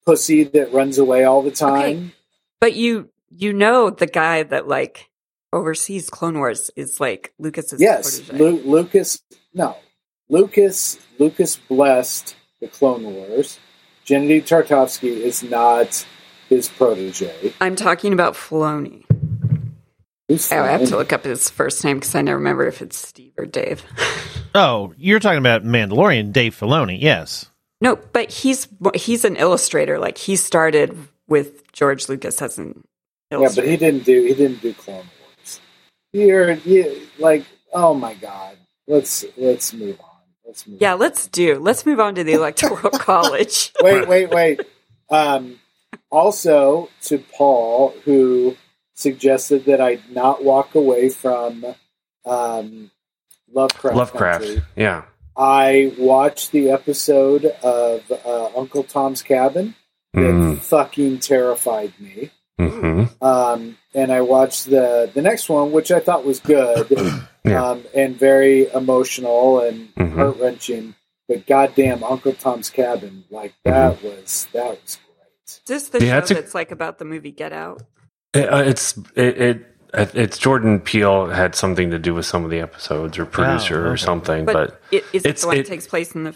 Speaker 4: pussy that runs away all the time.
Speaker 2: But you you know the guy that like oversees Clone Wars is like Lucas's
Speaker 4: yes,
Speaker 2: protege.
Speaker 4: Lu- Lucas. No, Lucas. Lucas blessed the Clone Wars. Gennady Tartovsky is not his protege.
Speaker 2: I'm talking about Filoni.
Speaker 4: Who's
Speaker 2: Oh, I have
Speaker 4: fine.
Speaker 2: to look up his first name because I never remember if it's Steve or Dave. <laughs>
Speaker 3: Oh, you're talking about Mandalorian, Dave Filoni. Yes.
Speaker 2: no, but he's he's an illustrator. Like he started with George Lucas as an
Speaker 4: Yeah, but
Speaker 2: illustrator.
Speaker 4: he didn't do. He didn't do Clone Wars. You're, you like, oh my god. Let's let's move on. Let's move.
Speaker 2: Yeah,
Speaker 4: on.
Speaker 2: let's do. Let's move on to the
Speaker 4: <laughs>
Speaker 2: Electoral College.
Speaker 4: wait, wait, wait. Um, also, to Paul, who suggested that I not walk away from um, Lovecraft.
Speaker 1: Lovecraft.
Speaker 4: Country,
Speaker 1: Yeah.
Speaker 4: I watched the episode of uh, Uncle Tom's Cabin that
Speaker 1: Mm.
Speaker 4: fucking terrified me.
Speaker 1: hmm
Speaker 4: Um, and I watched the the next one, which I thought was good
Speaker 1: <coughs> Yeah.
Speaker 4: um, and very emotional and
Speaker 1: Mhm.
Speaker 4: heart wrenching. But goddamn, Uncle Tom's Cabin, like
Speaker 1: Mm-hmm.
Speaker 4: that was that was great.
Speaker 2: Is this the
Speaker 1: Yeah, it's
Speaker 2: show
Speaker 1: a-
Speaker 2: that's like about the movie Get Out?
Speaker 1: It, uh, it's it, it it's Jordan Peele had something to do with some of the episodes or producer
Speaker 3: Oh,
Speaker 1: or
Speaker 3: okay.
Speaker 1: something,
Speaker 2: But,
Speaker 1: but
Speaker 2: it, is it
Speaker 1: it's-
Speaker 2: the one
Speaker 1: it-
Speaker 2: that takes place in the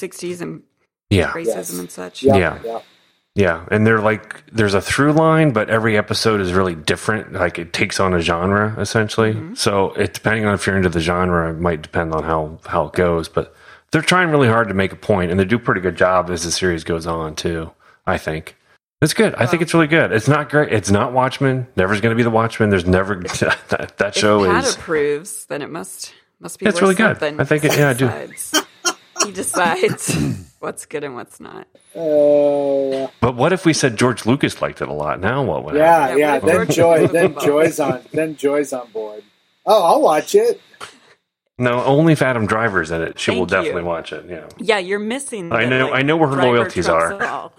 Speaker 2: 60s and
Speaker 1: yeah.
Speaker 2: racism
Speaker 4: Yes.
Speaker 2: and such?
Speaker 4: Yeah,
Speaker 1: Yeah.
Speaker 4: yeah.
Speaker 1: Yeah, and they're like there's a through line, but every episode is really different. Like it takes on a genre essentially.
Speaker 2: Mm-hmm.
Speaker 1: So it depending on if you're into the genre, it might depend on how how it goes. But they're trying really hard to make a point, and they do a pretty good job as the series goes on too. I think it's good. I think it's really good. It's not great. It's not Watchmen. Never's going to be the Watchmen. There's never <laughs> that, that
Speaker 2: If
Speaker 1: show
Speaker 2: Pat
Speaker 1: is.
Speaker 2: approves, then it must must be
Speaker 1: It's
Speaker 2: worth
Speaker 1: really good.
Speaker 2: something.
Speaker 1: I think it- yeah, I do.
Speaker 2: Decides. he
Speaker 1: <clears throat>
Speaker 2: decides what's good and what's not.
Speaker 4: Uh,
Speaker 1: But what if we said George Lucas liked it a lot? Now what would happen?
Speaker 4: yeah,
Speaker 2: Yeah,
Speaker 4: yeah.
Speaker 2: we're-
Speaker 4: Then
Speaker 1: we're-
Speaker 4: Joy,
Speaker 2: we're-
Speaker 4: then Joy's on, then Joy's on board. Oh, I'll watch it.
Speaker 1: No, only if Adam Driver's in it, she will
Speaker 2: Thank you.
Speaker 1: definitely watch it. Yeah.
Speaker 2: Yeah, you're missing.
Speaker 1: I
Speaker 2: the,
Speaker 1: know- I know where her
Speaker 2: driver
Speaker 1: loyalties
Speaker 2: trumps
Speaker 1: are.
Speaker 2: it all.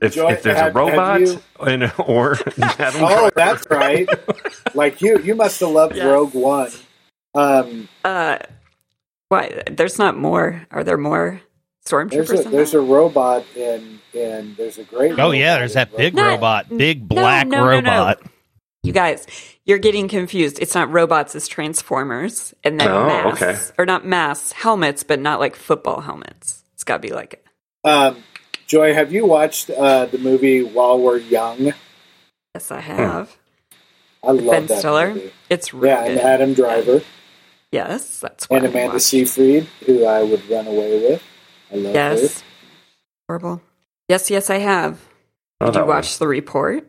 Speaker 1: if,
Speaker 4: Joy,
Speaker 1: if there's
Speaker 4: have-
Speaker 1: a robot
Speaker 4: have you-
Speaker 1: and or <laughs> Adam
Speaker 4: Oh,
Speaker 1: Driver.
Speaker 4: that's right. Like you, you must have loved
Speaker 2: Yes.
Speaker 4: Rogue One. Um,
Speaker 2: Uh, why? There's not more. Are there more stormtroopers?
Speaker 4: there's a
Speaker 2: in
Speaker 4: there's
Speaker 2: that?
Speaker 4: a robot in in there's a great.
Speaker 3: Oh yeah, there's that big
Speaker 2: Not-
Speaker 3: robot, big black
Speaker 2: no, no, no.
Speaker 3: robot.
Speaker 2: You guys, you're getting confused. It's not robots, it's transformers, and then
Speaker 1: Oh,
Speaker 2: masks
Speaker 1: okay.
Speaker 2: or not masks, helmets, but not like football helmets. It's got to be like
Speaker 4: Um, Joy, have you watched uh, the movie While We're Young?
Speaker 2: Yes, I
Speaker 1: Hmm.
Speaker 2: have.
Speaker 4: I love
Speaker 2: ben
Speaker 4: that
Speaker 2: Stiller.
Speaker 4: movie.
Speaker 2: It's really
Speaker 4: Yeah, and
Speaker 2: good.
Speaker 4: Adam Driver
Speaker 2: yes, that's what
Speaker 4: and
Speaker 2: I
Speaker 4: Amanda
Speaker 2: watched.
Speaker 4: Seyfried, who I would run away with. I love her.
Speaker 2: Yes. Horrible. Yes, yes, I have.
Speaker 1: Oh,
Speaker 2: Did
Speaker 1: that
Speaker 2: you
Speaker 1: one.
Speaker 2: watch the report?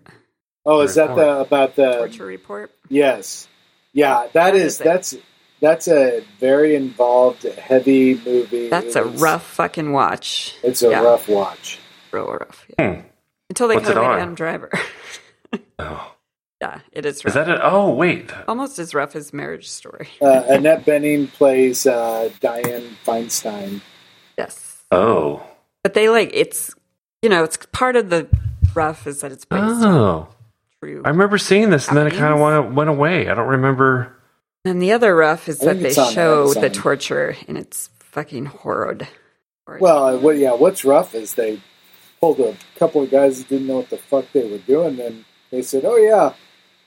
Speaker 4: Oh, is that the about the
Speaker 2: Torture report?
Speaker 4: Yes. Yeah, that
Speaker 2: What
Speaker 4: is
Speaker 2: is it?
Speaker 4: that's that's a very involved, heavy movie.
Speaker 2: That's a
Speaker 4: It's-
Speaker 2: rough fucking watch.
Speaker 4: It's a
Speaker 2: yeah.
Speaker 4: rough watch.
Speaker 2: Real rough. yeah.
Speaker 1: Hmm.
Speaker 2: Until they
Speaker 1: What's
Speaker 2: cut
Speaker 1: it
Speaker 2: away to
Speaker 1: on?
Speaker 2: Adam Driver. <laughs>
Speaker 1: Oh.
Speaker 2: yeah, it is
Speaker 1: Is
Speaker 2: rough.
Speaker 1: that it? Oh, wait.
Speaker 2: Almost as rough as Marriage Story.
Speaker 4: Uh, Annette Benning plays uh, Diane Feinstein.
Speaker 2: Yes.
Speaker 1: Oh.
Speaker 2: But they like, it's, you know, it's part of the rough is that it's based on
Speaker 1: Oh.
Speaker 2: true.
Speaker 1: I remember seeing this and then it kind
Speaker 2: Yes.
Speaker 1: of went, went away. I don't remember.
Speaker 2: and the other rough is
Speaker 4: I
Speaker 2: that
Speaker 4: think
Speaker 2: they
Speaker 4: it's on
Speaker 2: show the
Speaker 4: Amazon.
Speaker 2: torture and it's fucking horrid. Horrid.
Speaker 4: Well, uh, what, yeah, what's rough is they pulled a couple of guys who didn't know what the fuck they were doing, and they said, "Oh yeah,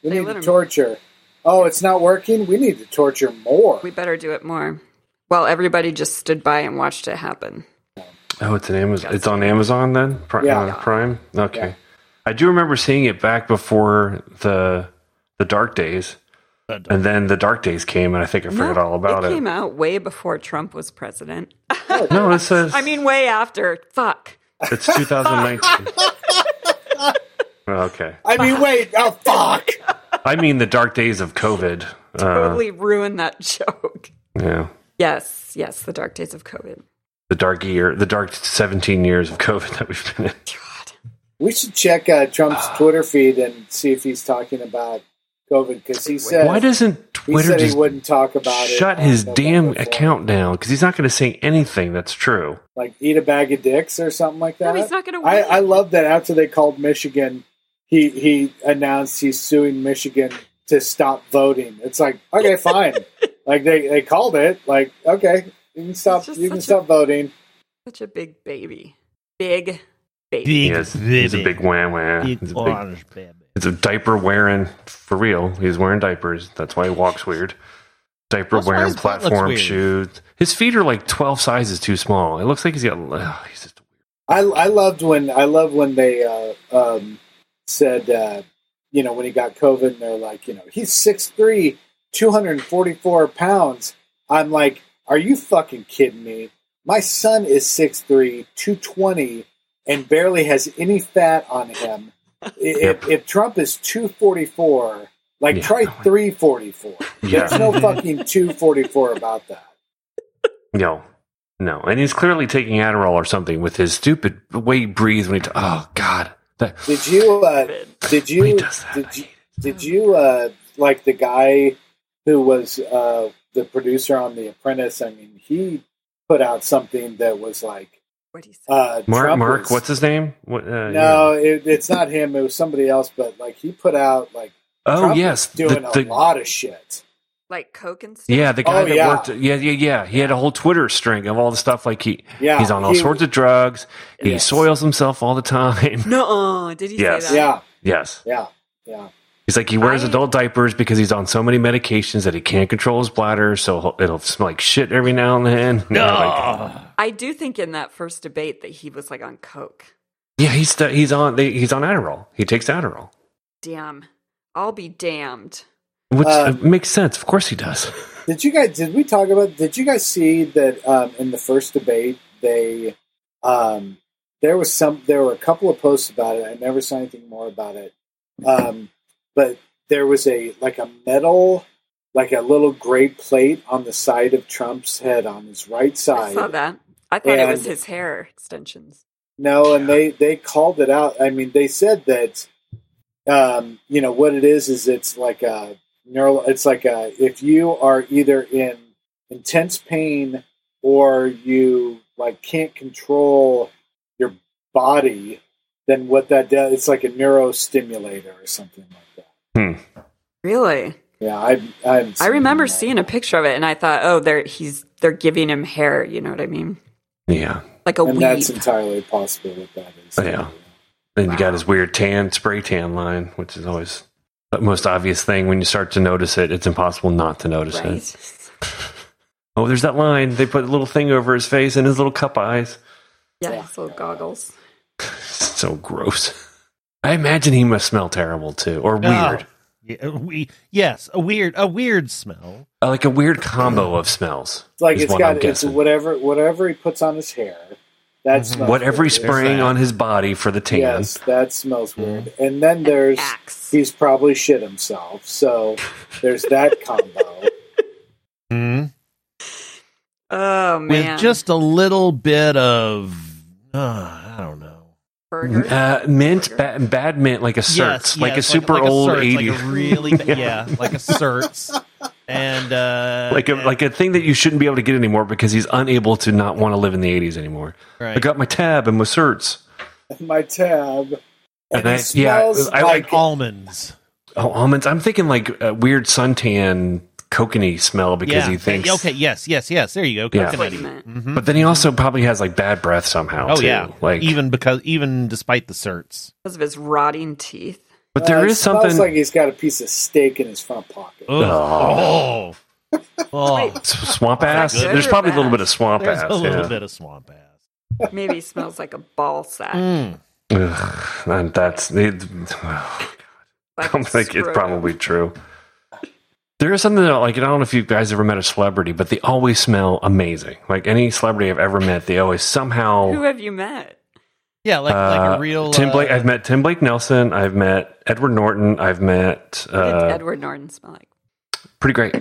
Speaker 4: we
Speaker 2: They
Speaker 4: need
Speaker 2: let
Speaker 4: to
Speaker 2: 'em-
Speaker 4: torture." Oh, it's not working. We need to torture more.
Speaker 2: we better do it more. Well, everybody just stood by and watched it happen.
Speaker 1: Oh, it's an Amazon. It's on Amazon then? Prime,
Speaker 4: Yeah.
Speaker 1: uh, Prime? Okay.
Speaker 4: Yeah.
Speaker 1: I do remember seeing it back before the the Dark Days. And then the Dark Days came and I think I forgot
Speaker 2: No,
Speaker 1: all about
Speaker 2: it
Speaker 1: it.
Speaker 2: came out way before Trump was president.
Speaker 1: No, it says
Speaker 2: I mean, way after. Fuck.
Speaker 1: <laughs> it's 2019. okay.
Speaker 4: I
Speaker 2: <laughs>
Speaker 4: mean, wait. Oh fuck.
Speaker 1: I mean the Dark Days of COVID. Uh,
Speaker 2: Totally ruined that <laughs> joke.
Speaker 1: Yeah.
Speaker 2: Yes, yes, the dark days of COVID.
Speaker 1: The dark year, the dark 17 years of COVID <laughs> that we've been in.
Speaker 2: God.
Speaker 4: We should check
Speaker 2: <sighs>
Speaker 4: uh, Trump's Twitter feed and see if he's talking about COVID because he said
Speaker 1: Why doesn't
Speaker 4: he
Speaker 1: Twitter
Speaker 4: said he
Speaker 1: just
Speaker 4: wouldn't talk about it.
Speaker 1: shut
Speaker 4: on
Speaker 1: his
Speaker 4: November
Speaker 1: damn
Speaker 4: 4th.
Speaker 1: account down because he's not going to say anything that's true.
Speaker 4: Like eat a bag of dicks or something like
Speaker 2: No,
Speaker 4: that.
Speaker 2: he's not gonna
Speaker 4: I,
Speaker 2: win.
Speaker 4: I love that after they called Michigan, he he announced he's suing Michigan to stop voting. It's like
Speaker 2: <laughs>
Speaker 4: okay, fine. like they, they called it. Like okay, you can stop.
Speaker 2: just
Speaker 4: You can
Speaker 2: such a-
Speaker 4: stop voting.
Speaker 2: Such a big baby. Big baby.
Speaker 1: He
Speaker 3: Big
Speaker 1: is, he's a
Speaker 3: baby.
Speaker 1: big wham wham.
Speaker 3: Big
Speaker 1: He's a big,
Speaker 3: orange baby.
Speaker 1: he's a diaper wearing for real. He's wearing diapers. That's why he walks weird. Diaper
Speaker 3: That's why
Speaker 1: wearing
Speaker 3: his butt looks
Speaker 1: platform
Speaker 3: weird.
Speaker 1: shoes. His feet are like twelve sizes too small. It looks like he's got. ugh, he's just
Speaker 4: I, I loved when I loved when they uh, um, said uh, you know when he got COVID and they're like you know he's 6'3", 244 pounds. I'm like, are you fucking kidding me? My son is 6'3", 220, and barely has any fat on him. I- If,
Speaker 1: Yep.
Speaker 4: if Trump is two forty four, like
Speaker 1: Yeah.
Speaker 4: try three forty four.
Speaker 1: Yeah.
Speaker 4: There's no fucking two forty four about that.
Speaker 1: <laughs> No, no, and he's clearly taking Adderall or something with his stupid way he breathes when he. T- oh God, that
Speaker 4: Did you? Uh, did you?
Speaker 1: When he does that, I
Speaker 4: Did you?
Speaker 1: hate
Speaker 4: Did you uh, like the guy who was uh, the producer on The Apprentice? I mean, he put out something that was like
Speaker 2: What do you say?
Speaker 4: uh,
Speaker 1: Mark.
Speaker 4: Trump
Speaker 1: Mark,
Speaker 4: was-
Speaker 1: what's his name? What, uh,
Speaker 4: no, it, it's not him. It was somebody else. But like, he put out like
Speaker 1: Oh
Speaker 4: Trump
Speaker 1: yes,
Speaker 4: was doing
Speaker 1: the, the-
Speaker 4: a lot of shit.
Speaker 2: like Coke and stuff?
Speaker 1: Yeah, the guy
Speaker 4: Oh,
Speaker 1: that
Speaker 4: yeah.
Speaker 1: worked. Yeah, yeah, yeah. He had a whole Twitter string of all the stuff. Like he,
Speaker 4: Yeah,
Speaker 1: he's on all
Speaker 4: he-
Speaker 1: sorts of drugs. He
Speaker 4: Yes.
Speaker 1: soils himself all the time. <laughs>
Speaker 2: No, did he
Speaker 1: Yes.
Speaker 2: say that?
Speaker 4: Yeah,
Speaker 1: yes,
Speaker 4: yeah, yeah.
Speaker 1: he's like he wears
Speaker 2: I-
Speaker 1: adult diapers because he's on so many medications that he can't control his bladder. So he'll- it'll smell like shit every now and then. And you're like,
Speaker 2: I do think in that first debate that he was like on Coke.
Speaker 1: yeah, he's st- he's on they, he's on Adderall. He takes Adderall,
Speaker 2: Damn. I'll be damned.
Speaker 1: which
Speaker 4: Uh,
Speaker 1: uh, makes sense. Of course, he does. <laughs>
Speaker 4: Did you guys? Did we talk about? Did you guys see that um, in the first debate they? Um, there was some. There were a couple of posts about it. I never saw anything more about it. Um, but there was a like a metal, like a little gray plate on the side of Trump's head on his right
Speaker 2: I saw
Speaker 4: side.
Speaker 2: that. I thought it was
Speaker 4: And-
Speaker 2: his hair extensions.
Speaker 4: No, and they they called it out. I mean, they said that. Um, you know what it is is it's like a neural. It's like a if you are either in intense pain or you like can't control your body, then what that does it's like a neurostimulator or something like that.
Speaker 2: Really?
Speaker 4: Yeah, I I,
Speaker 2: I remember seeing a picture of it and I thought, oh, they're he's they're giving him hair, you know what I mean?
Speaker 1: Yeah,
Speaker 2: Like a
Speaker 4: and that's
Speaker 2: weave.
Speaker 4: entirely possible what that is.
Speaker 1: Oh, Yeah. Then you got his weird tan spray tan line, which is always the most obvious thing. When you start to notice it, it's impossible not to notice it.
Speaker 2: Right?
Speaker 1: Oh, there's that line. They put a little thing over his face and his little cup eyes.
Speaker 2: Yeah, his little goggles.
Speaker 1: so gross. I imagine he must smell terrible too, or
Speaker 3: No.
Speaker 1: weird.
Speaker 3: Oh, Yeah, we yes, a weird a weird smell.
Speaker 1: Uh, Like a weird combo of smells.
Speaker 4: It's like
Speaker 1: is
Speaker 4: it's
Speaker 1: what I'm
Speaker 4: got it's
Speaker 1: guessing.
Speaker 4: whatever whatever he puts on his hair. That
Speaker 2: Mm-hmm.
Speaker 4: smells
Speaker 1: Whatever
Speaker 4: weird.
Speaker 1: he's spraying
Speaker 3: that.
Speaker 1: on his body for the tan.
Speaker 4: Yes, that
Speaker 1: Mm-hmm.
Speaker 4: smells weird. And then there's
Speaker 2: Axe.
Speaker 4: he's probably shit himself. So there's
Speaker 1: <laughs>
Speaker 4: that combo.
Speaker 1: Mm-hmm.
Speaker 3: Mm.
Speaker 2: Oh man,
Speaker 3: With just a little bit of uh, I don't know.
Speaker 2: burger.
Speaker 1: Uh, mint, ba- bad mint, like a cert,
Speaker 3: Yes,
Speaker 1: like a
Speaker 3: yes,
Speaker 1: super old
Speaker 3: cert,
Speaker 1: eighty,
Speaker 3: like a
Speaker 1: <laughs>
Speaker 3: really ba- yeah, like a certs. And uh
Speaker 1: like a like a thing that you shouldn't be able to get anymore because he's unable to not want to live in the eighties anymore.
Speaker 3: right.
Speaker 1: I got my tab and my certs.
Speaker 4: My tab. And,
Speaker 1: And I-
Speaker 4: it smells
Speaker 1: yeah, I
Speaker 4: like,
Speaker 1: like
Speaker 3: almonds.
Speaker 1: Oh, almonds. I'm thinking like a weird suntan coconut smell because
Speaker 3: yeah.
Speaker 1: he thinks.
Speaker 3: Okay, yes, yes, yes. There you go.
Speaker 1: Yeah.
Speaker 3: Coconutty.
Speaker 2: Poisonment.
Speaker 3: Mhm.
Speaker 1: But then he also probably has like bad breath somehow.
Speaker 3: Oh
Speaker 1: too.
Speaker 3: yeah.
Speaker 1: like even.
Speaker 3: even because even despite the certs.
Speaker 2: because of his rotting teeth.
Speaker 1: But
Speaker 4: uh,
Speaker 1: there
Speaker 4: it
Speaker 1: is
Speaker 4: smells
Speaker 1: something.
Speaker 4: like he's got a piece of steak in his front pocket.
Speaker 1: Oh.
Speaker 3: Oh. Oh.
Speaker 1: s- swamp
Speaker 2: that
Speaker 1: ass.
Speaker 2: good or
Speaker 1: There's probably a little
Speaker 2: bad?
Speaker 1: bit of swamp
Speaker 3: There's
Speaker 1: ass.
Speaker 3: a little
Speaker 1: yeah.
Speaker 3: bit of swamp ass.
Speaker 2: Maybe he smells like a ball sack.
Speaker 3: Mm.
Speaker 1: Ugh, and that's it, <sighs> <laughs>
Speaker 2: Like
Speaker 1: I'm like it's
Speaker 2: scrotum.
Speaker 1: probably true. There is something that, like I don't know if you guys ever met a celebrity, but they always smell amazing. Like any celebrity I've ever met, they always somehow.
Speaker 2: Who have you met?
Speaker 3: Yeah, like like
Speaker 1: uh,
Speaker 3: a real
Speaker 1: Tim Blake.
Speaker 3: uh,
Speaker 1: I've met Tim Blake Nelson. I've met Edward Norton. I've met
Speaker 2: What did
Speaker 1: uh,
Speaker 2: Edward Norton
Speaker 1: <laughs>
Speaker 2: smell like?
Speaker 1: pretty great.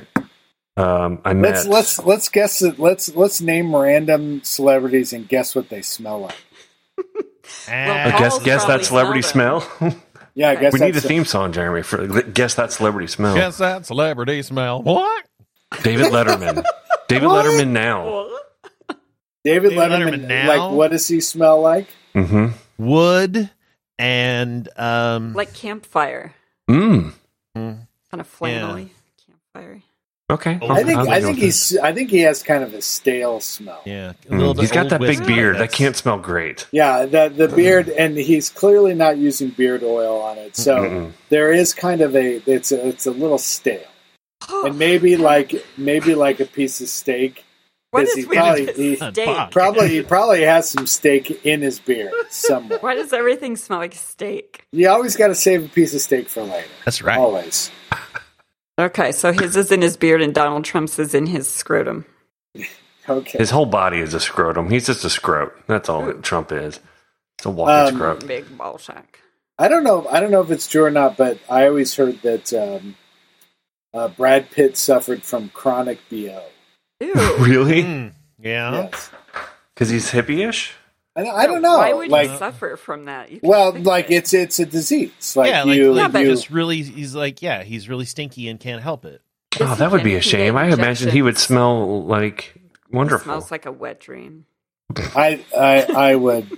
Speaker 1: Um, I met.
Speaker 4: Let's let's let's guess it. Let's let's name random celebrities and guess what they smell like.
Speaker 1: I
Speaker 3: ah,
Speaker 2: Paul-
Speaker 1: guess
Speaker 2: Paul's
Speaker 1: guess
Speaker 2: probably
Speaker 1: that celebrity
Speaker 2: smelled
Speaker 1: smell. <laughs>
Speaker 4: Yeah, I guess
Speaker 1: we need a
Speaker 4: that's-
Speaker 1: theme song, Jeremy. For guess that celebrity smell.
Speaker 3: guess that celebrity smell. What?
Speaker 1: David
Speaker 4: <laughs>
Speaker 1: Letterman. David
Speaker 4: What?
Speaker 1: Letterman now.
Speaker 4: David
Speaker 3: David
Speaker 4: Letterman.
Speaker 3: Letterman now?
Speaker 4: Like, what does he smell like?
Speaker 1: Mm-hmm.
Speaker 3: Wood and um
Speaker 2: Like campfire,
Speaker 1: Mm.
Speaker 3: mm,
Speaker 2: kind of flannelly campfire.
Speaker 1: Okay.
Speaker 3: I
Speaker 1: I'll-
Speaker 4: I think
Speaker 1: I'll
Speaker 4: I
Speaker 1: go with
Speaker 4: think
Speaker 1: that.
Speaker 4: he's I think he has kind of a stale smell.
Speaker 3: yeah, a
Speaker 1: Mm,
Speaker 3: little bit
Speaker 1: he's got
Speaker 3: old
Speaker 1: that big
Speaker 3: whiskey,
Speaker 1: beard. That
Speaker 3: that's-
Speaker 1: can't smell great.
Speaker 4: Yeah, the the
Speaker 1: Uh-huh.
Speaker 4: beard, and he's clearly not using beard oil on it, so
Speaker 1: Mm-mm.
Speaker 4: there is kind of a it's a, it's a
Speaker 2: <gasps>
Speaker 4: little stale, and maybe like maybe like a piece of steak.
Speaker 2: What
Speaker 4: is
Speaker 2: is,
Speaker 4: he
Speaker 2: with
Speaker 4: probably-
Speaker 2: this
Speaker 4: he-
Speaker 2: steak?
Speaker 3: Fuck.
Speaker 4: Probably
Speaker 1: <laughs>
Speaker 4: he probably has some steak in his beard somewhere.
Speaker 2: Why does everything smell like steak?
Speaker 4: You always got to save a piece of steak for later.
Speaker 3: That's right.
Speaker 1: Oh.
Speaker 4: Always.
Speaker 2: Okay, so his is in his beard and Donald Trump's is in his scrotum.
Speaker 4: Okay.
Speaker 1: His whole body is a scrotum. He's just a scrot. That's all that Trump is. It's a walking
Speaker 4: Um,
Speaker 1: scrot.
Speaker 2: Big ball sack.
Speaker 4: I don't know. I don't know if it's true or not, but I always heard that um, uh, Brad Pitt suffered from chronic bo.
Speaker 2: Ew.
Speaker 1: <laughs> Really?
Speaker 3: Mm, yeah.
Speaker 4: Yes.
Speaker 1: Because he's hippie-ish.
Speaker 4: I, don't- I don't know.
Speaker 2: Why would
Speaker 4: like,
Speaker 2: you suffer from that? You can
Speaker 4: well,
Speaker 2: fix
Speaker 4: like
Speaker 2: it.
Speaker 4: it's it's a disease. Like
Speaker 3: yeah, like,
Speaker 4: you,
Speaker 3: like
Speaker 2: Yeah,
Speaker 4: you-
Speaker 3: just really, he's like, yeah, he's really stinky and can't help it.
Speaker 2: Yes,
Speaker 1: Oh,
Speaker 2: he
Speaker 1: that would
Speaker 2: can.
Speaker 1: be a
Speaker 2: He
Speaker 1: shame.
Speaker 2: get
Speaker 1: I imagine he would
Speaker 2: injections.
Speaker 1: smell like
Speaker 2: It
Speaker 1: wonderful.
Speaker 2: Smells like a wet dream.
Speaker 4: I, I I would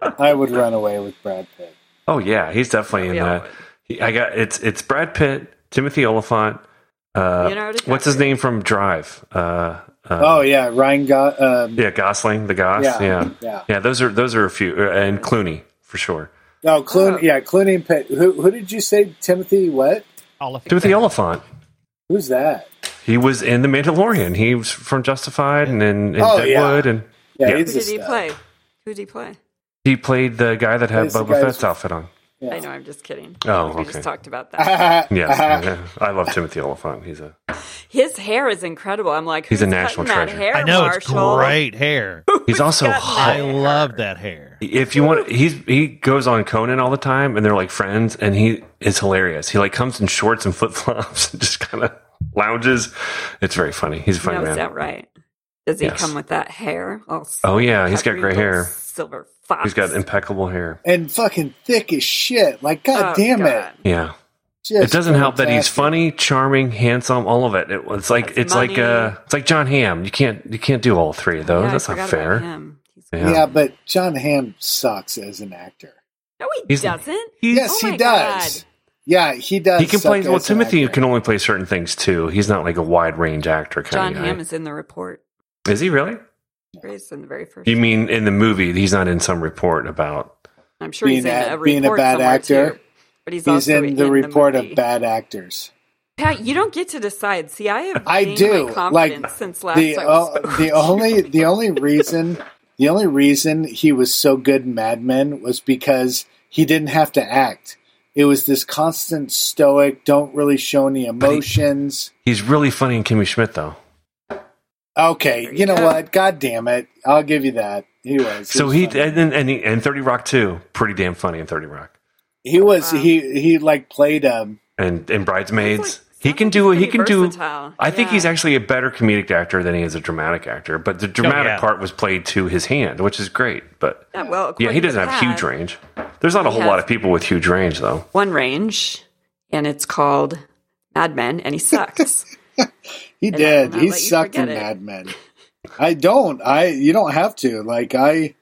Speaker 4: I would run away with Brad Pitt.
Speaker 1: oh yeah, he's definitely in
Speaker 2: We all
Speaker 1: that.
Speaker 2: would.
Speaker 1: He- I got it's it's Brad Pitt, Timothy Oliphant. Uh,
Speaker 2: Leonardo
Speaker 1: what's his
Speaker 2: DiCaprio.
Speaker 1: name from Drive? Uh, uh,
Speaker 4: oh yeah, Ryan got. Um,
Speaker 1: Yeah, Gosling, the Goss.
Speaker 4: Yeah,
Speaker 1: Yeah, yeah,
Speaker 4: yeah.
Speaker 1: those are those are a few, uh, and Clooney for sure.
Speaker 4: No, Clooney.
Speaker 2: Oh.
Speaker 4: Yeah, Clooney and Pitt. Who who did you say? Timothy what?
Speaker 3: Oliphant.
Speaker 1: Timothy Oliphant.
Speaker 4: Who's that?
Speaker 1: He was in The Mandalorian. He was from Justified and in, in
Speaker 4: Oh,
Speaker 1: Deadwood,
Speaker 4: yeah.
Speaker 1: and
Speaker 4: Yeah,
Speaker 1: Yeah.
Speaker 4: he's
Speaker 2: Who
Speaker 4: a
Speaker 2: did he
Speaker 4: stud. <laughs>
Speaker 2: play? Who did he play?
Speaker 1: he played the guy that had
Speaker 4: He's the
Speaker 1: Boba
Speaker 4: guy
Speaker 1: Fett's
Speaker 4: who-
Speaker 1: outfit on.
Speaker 4: Yeah.
Speaker 2: I know, I'm just kidding.
Speaker 1: Oh,
Speaker 2: we just
Speaker 1: okay.
Speaker 2: talked
Speaker 1: <laughs>
Speaker 2: about that.
Speaker 4: yeah,
Speaker 1: Yes, yeah.
Speaker 4: Uh-huh.
Speaker 1: <laughs> I love Timothy Oliphant. He's
Speaker 2: <laughs>
Speaker 1: a
Speaker 2: His hair is incredible. I'm like,
Speaker 1: He's a
Speaker 2: who's
Speaker 1: national
Speaker 2: cutting that
Speaker 1: treasure.
Speaker 2: hair,
Speaker 3: I know
Speaker 2: Marshall?
Speaker 3: it's great hair.
Speaker 2: Oh
Speaker 1: he's also
Speaker 2: got
Speaker 1: hot.
Speaker 3: I love that hair.
Speaker 1: If you want, he's he goes on Conan all the time, and they're like friends, and he is hilarious. He like comes in shorts and flip flops, and <laughs> just kind of lounges. It's very funny. He's a funny
Speaker 2: No, is
Speaker 1: man.
Speaker 2: that right? Does he
Speaker 1: Yes.
Speaker 2: come with that hair? Oh,
Speaker 1: Oh yeah, he's got
Speaker 2: peppery
Speaker 1: gray
Speaker 2: little
Speaker 1: hair.
Speaker 2: Silver fox.
Speaker 1: He's got impeccable hair.
Speaker 4: and fucking thick as shit. Like, god
Speaker 2: Oh,
Speaker 4: damn it!
Speaker 2: God.
Speaker 1: Yeah.
Speaker 4: Just
Speaker 1: it doesn't help that he's
Speaker 4: fantastic.
Speaker 1: funny, charming, handsome, all of it. It- it's like
Speaker 2: That's
Speaker 1: it's like
Speaker 2: money.
Speaker 1: uh it's like John Hamm. You can't you can't do all three of those.
Speaker 2: Yeah, I
Speaker 1: Oh, That's not
Speaker 2: forgot
Speaker 1: fair.
Speaker 2: about him. He's-
Speaker 1: Yeah.
Speaker 4: Yeah. but John Hamm sucks as an actor.
Speaker 2: No, he
Speaker 1: He's-
Speaker 2: doesn't.
Speaker 4: yes,
Speaker 2: Oh my
Speaker 4: he does.
Speaker 2: God.
Speaker 4: Yeah, he does.
Speaker 1: He can
Speaker 4: suck
Speaker 1: play well.
Speaker 4: as an
Speaker 1: Timothy
Speaker 4: actor.
Speaker 1: can only play certain things too. He's not like a wide range actor
Speaker 2: John
Speaker 1: kind
Speaker 2: Hamm
Speaker 1: of
Speaker 2: is in the report.
Speaker 1: guy. Is he really?
Speaker 2: He's in the very first.
Speaker 1: You mean in the movie? He's not in some report about.
Speaker 2: I'm sure
Speaker 4: Being
Speaker 2: he's in
Speaker 4: a-
Speaker 2: a report
Speaker 4: being a bad
Speaker 2: somewhere,
Speaker 4: actor,
Speaker 2: too. But he's,
Speaker 4: He's
Speaker 2: also
Speaker 4: in, the report
Speaker 2: movie.
Speaker 4: of bad actors.
Speaker 2: Pat, you don't get to decide. See, I have
Speaker 4: I
Speaker 2: gained
Speaker 4: do
Speaker 2: my
Speaker 4: like
Speaker 2: confidence since last
Speaker 4: the
Speaker 2: time.
Speaker 4: o- the only the only reason The only reason he was so good in Mad Men was because he didn't have to act. It was this constant stoic, don't really show any emotions.
Speaker 1: He's really funny in Kimmy Schmidt, though.
Speaker 4: Okay, you know
Speaker 2: Yeah.
Speaker 4: what? God damn it. I'll give you that. He was.
Speaker 1: So
Speaker 4: was
Speaker 1: he
Speaker 4: funny.
Speaker 1: and, and and he- and Thirty Rock too, pretty damn funny in Thirty Rock,
Speaker 4: he was
Speaker 2: Wow.
Speaker 4: he he like played um
Speaker 1: and and Bridesmaids.
Speaker 2: He's like-
Speaker 1: he can
Speaker 2: he's
Speaker 1: do. He
Speaker 2: pretty
Speaker 1: can
Speaker 2: versatile.
Speaker 1: do. I think
Speaker 2: Yeah.
Speaker 1: he's actually a better comedic actor than he is a dramatic actor. But the dramatic
Speaker 3: yeah.
Speaker 1: part was played to his hand, which is great. But
Speaker 2: Yeah, well,
Speaker 1: yeah, he
Speaker 2: according to
Speaker 1: doesn't have huge
Speaker 2: Pat,
Speaker 1: range. There's not a whole
Speaker 2: has-
Speaker 1: lot of people with huge range, though.
Speaker 2: One range, and it's called Mad
Speaker 1: <laughs>
Speaker 2: Men, and he sucks.
Speaker 4: he
Speaker 2: And I will
Speaker 4: did.
Speaker 2: not
Speaker 4: He
Speaker 2: let you
Speaker 4: sucked in
Speaker 2: forget it.
Speaker 4: Mad
Speaker 2: <laughs>
Speaker 4: Men. I don't. I you don't have to. Like I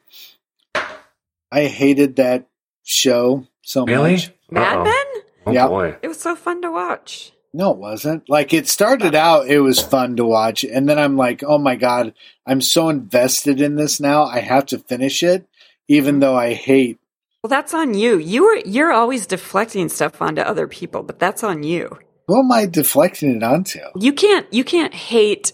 Speaker 4: I hated that show so
Speaker 1: Really?
Speaker 4: much.
Speaker 2: Mad
Speaker 1: Uh-oh.
Speaker 2: Men?
Speaker 1: Oh
Speaker 4: Yeah.
Speaker 1: boy.
Speaker 2: It was so fun to watch.
Speaker 4: No, it wasn't. Like it started out, it was fun to watch, and then I'm like, oh my god, I'm so invested in this now. I have to finish it,
Speaker 2: Mm-hmm.
Speaker 4: even though I hate.
Speaker 2: Well, that's on you. You were you're always deflecting stuff onto other people, but that's on you.
Speaker 4: Who am I deflecting it onto?
Speaker 2: You can't you can't hate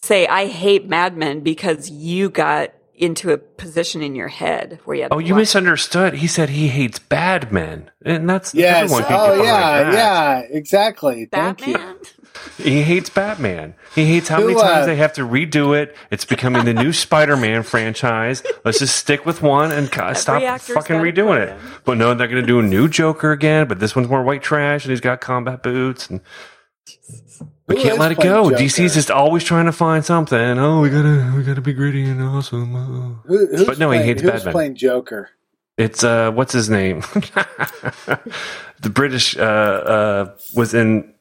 Speaker 2: say I hate Mad Men because you got into a position in your head where you had
Speaker 1: Oh,
Speaker 2: to
Speaker 1: you
Speaker 2: watch-
Speaker 1: misunderstood. He said he hates bad men, and that's
Speaker 4: Yes.
Speaker 1: everyone can
Speaker 4: Oh
Speaker 1: get behind
Speaker 4: yeah,
Speaker 1: that.
Speaker 4: yeah. Exactly. Thank you.
Speaker 2: Batman.
Speaker 1: He hates Batman. He hates how
Speaker 4: Who,
Speaker 1: many
Speaker 4: uh,
Speaker 1: times they have to redo it. It's becoming the new <laughs> Spider-Man franchise. Let's just stick with one and co- stop
Speaker 2: actor's
Speaker 1: fucking
Speaker 2: gotta
Speaker 1: redoing
Speaker 2: play
Speaker 1: it.
Speaker 2: him.
Speaker 1: But no, they're going to do a new Joker again. But this one's more white trash, and he's got combat boots. And we
Speaker 4: Who
Speaker 1: can't
Speaker 4: is
Speaker 1: let it
Speaker 4: playing
Speaker 1: go.
Speaker 4: Joker?
Speaker 1: DC's just always trying to find something. Oh, we gotta we gotta be gritty and awesome. Oh.
Speaker 4: Who, who's
Speaker 1: But no, he
Speaker 4: playing,
Speaker 1: hates
Speaker 4: who's
Speaker 1: Batman.
Speaker 4: playing Joker.
Speaker 1: It's uh, what's his name? <laughs> the British uh, uh, was in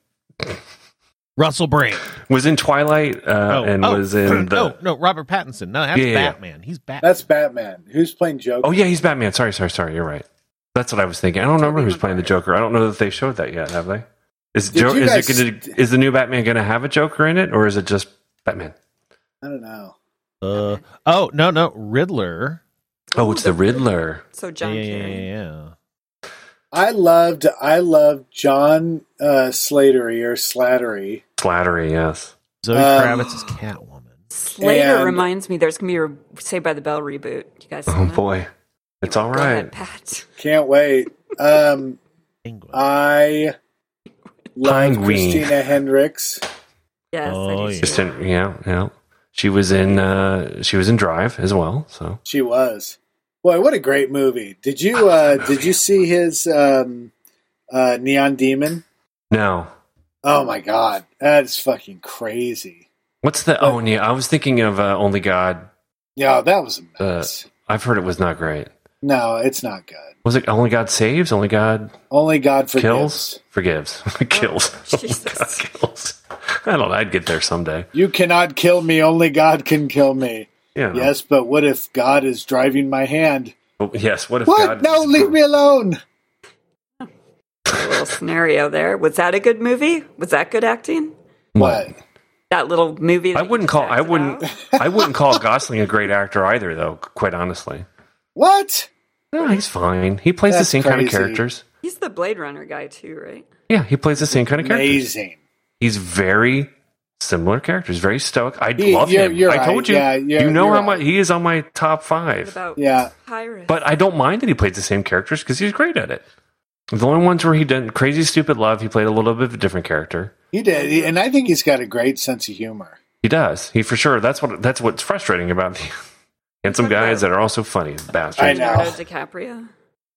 Speaker 3: Russell Brand.
Speaker 1: was in Twilight uh,
Speaker 3: Oh.
Speaker 1: and
Speaker 3: <clears throat>
Speaker 1: was in the.
Speaker 3: no, no, Robert Pattinson. No, that's
Speaker 1: Yeah, yeah, yeah.
Speaker 3: Batman. He's Batman.
Speaker 4: That's Batman. Who's playing Joker?
Speaker 1: Oh yeah, he's Batman. Sorry, sorry, sorry. You're right. That's what I was thinking. I don't remember who's playing the Joker. I don't know that they showed that yet. Have they? Is
Speaker 4: Did
Speaker 1: jo-
Speaker 4: you
Speaker 1: is
Speaker 4: guys-
Speaker 1: it gonna, is the new Batman going to have a Joker in it, or is it just Batman?
Speaker 4: I don't know.
Speaker 3: Uh, oh no, no, Riddler.
Speaker 1: Oh, it's the Riddler.
Speaker 2: <laughs> So John
Speaker 3: yeah,
Speaker 2: Carrey.
Speaker 3: yeah, yeah,
Speaker 4: I loved. I loved John uh, Slattery or Slattery.
Speaker 1: Flattery, yes.
Speaker 3: Zoe
Speaker 4: Um,
Speaker 3: Kravitz is Catwoman.
Speaker 2: Slater
Speaker 4: And-
Speaker 2: reminds me there's gonna be a re- Saved by the Bell reboot. You guys?
Speaker 1: Oh
Speaker 2: seen
Speaker 4: Mm-hmm.
Speaker 2: that?
Speaker 1: boy, it's all
Speaker 2: Go ahead,
Speaker 1: right.
Speaker 2: Pat.
Speaker 4: Can't wait. Um,
Speaker 3: Penguin.
Speaker 4: I love
Speaker 1: Penguin.
Speaker 4: Christina Hendricks.
Speaker 2: Yes,
Speaker 3: Oh,
Speaker 2: I do
Speaker 3: yeah.
Speaker 2: too.
Speaker 1: Just in, yeah, yeah. She was in uh, she was in Drive as well. So
Speaker 4: She was. Boy, what a great movie! Did you uh, did you see his um, uh, Neon Demon?
Speaker 1: no,
Speaker 4: Oh my god, that's fucking crazy.
Speaker 1: what's the? Oh yeah, I was thinking of uh, Only God.
Speaker 4: Yeah, that was a
Speaker 1: Uh,
Speaker 4: mess.
Speaker 1: I've heard it was not great.
Speaker 4: no, it's not good.
Speaker 1: Was it Only God saves? Only God
Speaker 4: Only God forgives.
Speaker 1: kills forgives <laughs> kills
Speaker 2: Oh, <laughs>
Speaker 1: Oh,
Speaker 2: Jesus.
Speaker 1: kills i don't know i'd get there someday
Speaker 4: You cannot kill me. Only God can kill me.
Speaker 1: yeah
Speaker 4: Yes, but what if God is driving my hand?
Speaker 1: Oh, yes what if
Speaker 4: What?
Speaker 1: god
Speaker 4: no, leave me alone.
Speaker 2: A little scenario there. Was that a good movie? Was that good acting?
Speaker 4: What?
Speaker 2: That little movie.
Speaker 1: i
Speaker 2: that you
Speaker 1: wouldn't call
Speaker 2: checked
Speaker 1: i wouldn't
Speaker 4: <laughs>
Speaker 2: out?
Speaker 1: i wouldn't call gosling a great actor either though quite honestly
Speaker 4: What?
Speaker 1: no he's fine he plays the
Speaker 4: That's
Speaker 1: same kind of
Speaker 4: crazy.
Speaker 1: characters
Speaker 2: He's the Blade Runner guy too, right?
Speaker 1: yeah he plays the same kind of characters
Speaker 4: Amazing.
Speaker 1: he's very similar characters very stoic i
Speaker 4: He-
Speaker 1: love
Speaker 4: you're-
Speaker 1: him
Speaker 4: you're
Speaker 1: i told
Speaker 4: right.
Speaker 1: you
Speaker 4: Yeah, you're-
Speaker 1: you know
Speaker 4: you're
Speaker 1: how
Speaker 4: right.
Speaker 1: much he is on my top
Speaker 2: What
Speaker 1: five
Speaker 2: about
Speaker 4: Yeah.
Speaker 2: Pirates?
Speaker 1: But I don't mind that he plays the same characters because he's great at it. The only ones where he done crazy stupid love, he played a little bit of a different character.
Speaker 4: He did, He- and I think he's got a great sense of humor.
Speaker 1: He does. He for sure. That's what. That's what's frustrating about <laughs> the handsome guys that are also funny bastards.
Speaker 4: I know.
Speaker 2: Leonardo DiCaprio.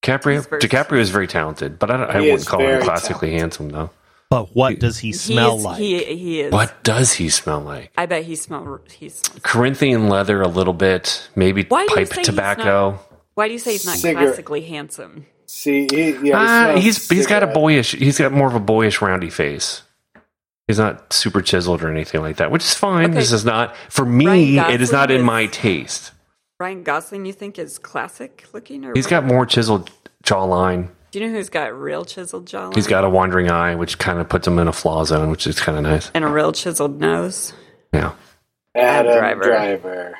Speaker 1: DiCaprio.
Speaker 2: He's very-
Speaker 1: DiCaprio is very talented, but I, don't, I
Speaker 4: He is
Speaker 1: wouldn't call him
Speaker 4: very
Speaker 1: classically handsome though.
Speaker 3: But what does he smell
Speaker 2: is-
Speaker 3: like?
Speaker 2: He, he is.
Speaker 1: What does he smell like?
Speaker 2: I bet he smells. He smells.
Speaker 1: Corinthian leather, a little bit, maybe
Speaker 2: Why do you
Speaker 1: pipe
Speaker 2: say he's
Speaker 1: tobacco.
Speaker 2: Why do you say he's not
Speaker 4: Cigarette.
Speaker 2: classically handsome?
Speaker 4: See, he, yeah, he
Speaker 1: Ah,
Speaker 4: smells
Speaker 1: he's he's got a
Speaker 4: cigarette.
Speaker 1: boyish. He's got more of a boyish, roundy face. He's not super chiseled or anything like that, which is fine.
Speaker 2: Okay.
Speaker 1: This is not for me.
Speaker 2: Ryan
Speaker 1: it is not
Speaker 2: Gosling
Speaker 1: in my
Speaker 2: is-
Speaker 1: taste.
Speaker 2: Ryan Gosling, you think is classic looking, or
Speaker 1: He's got more chiseled jawline.
Speaker 2: Do you know who's got real chiseled jawline?
Speaker 1: He's got a wandering eye, which kind of puts him in a flaw zone, which is kind of nice.
Speaker 2: and a real chiseled nose,
Speaker 1: Yeah, <laughs>
Speaker 4: Adam
Speaker 2: Driver.
Speaker 4: Driver.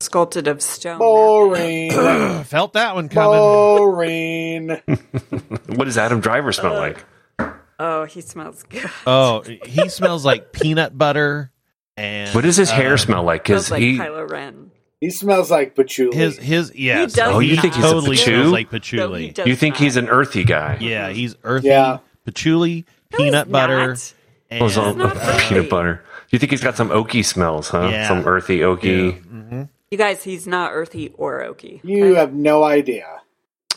Speaker 2: sculpted of stone.
Speaker 1: Oh,
Speaker 4: Boring.
Speaker 1: <clears throat>
Speaker 3: Felt that one coming.
Speaker 4: Boring.
Speaker 1: what does Adam Driver smell like?
Speaker 2: Oh, he smells good.
Speaker 1: Uh,
Speaker 3: Oh, he smells like peanut butter. And
Speaker 1: What does his hair
Speaker 3: um,
Speaker 1: smell like?
Speaker 2: smells
Speaker 1: Because
Speaker 2: like
Speaker 1: he
Speaker 2: Kylo Ren.
Speaker 4: He smells like patchouli.
Speaker 3: His his yes.
Speaker 2: does
Speaker 1: Oh, you think he's a patchouli?
Speaker 3: totally smells like
Speaker 2: No, he
Speaker 3: patchouli?
Speaker 2: does
Speaker 1: You think
Speaker 2: not.
Speaker 1: he's an earthy guy?
Speaker 3: yeah, he's earthy.
Speaker 4: Yeah.
Speaker 3: Patchouli,
Speaker 2: No, he's
Speaker 3: peanut butter,
Speaker 2: not.
Speaker 1: Oh, it's all
Speaker 3: and
Speaker 2: not
Speaker 1: <laughs>
Speaker 2: really.
Speaker 1: peanut butter. You think he's got some oaky smells, huh?
Speaker 3: Yeah.
Speaker 1: Some earthy oaky.
Speaker 2: You guys, he's not earthy or oaky.
Speaker 4: You have no idea.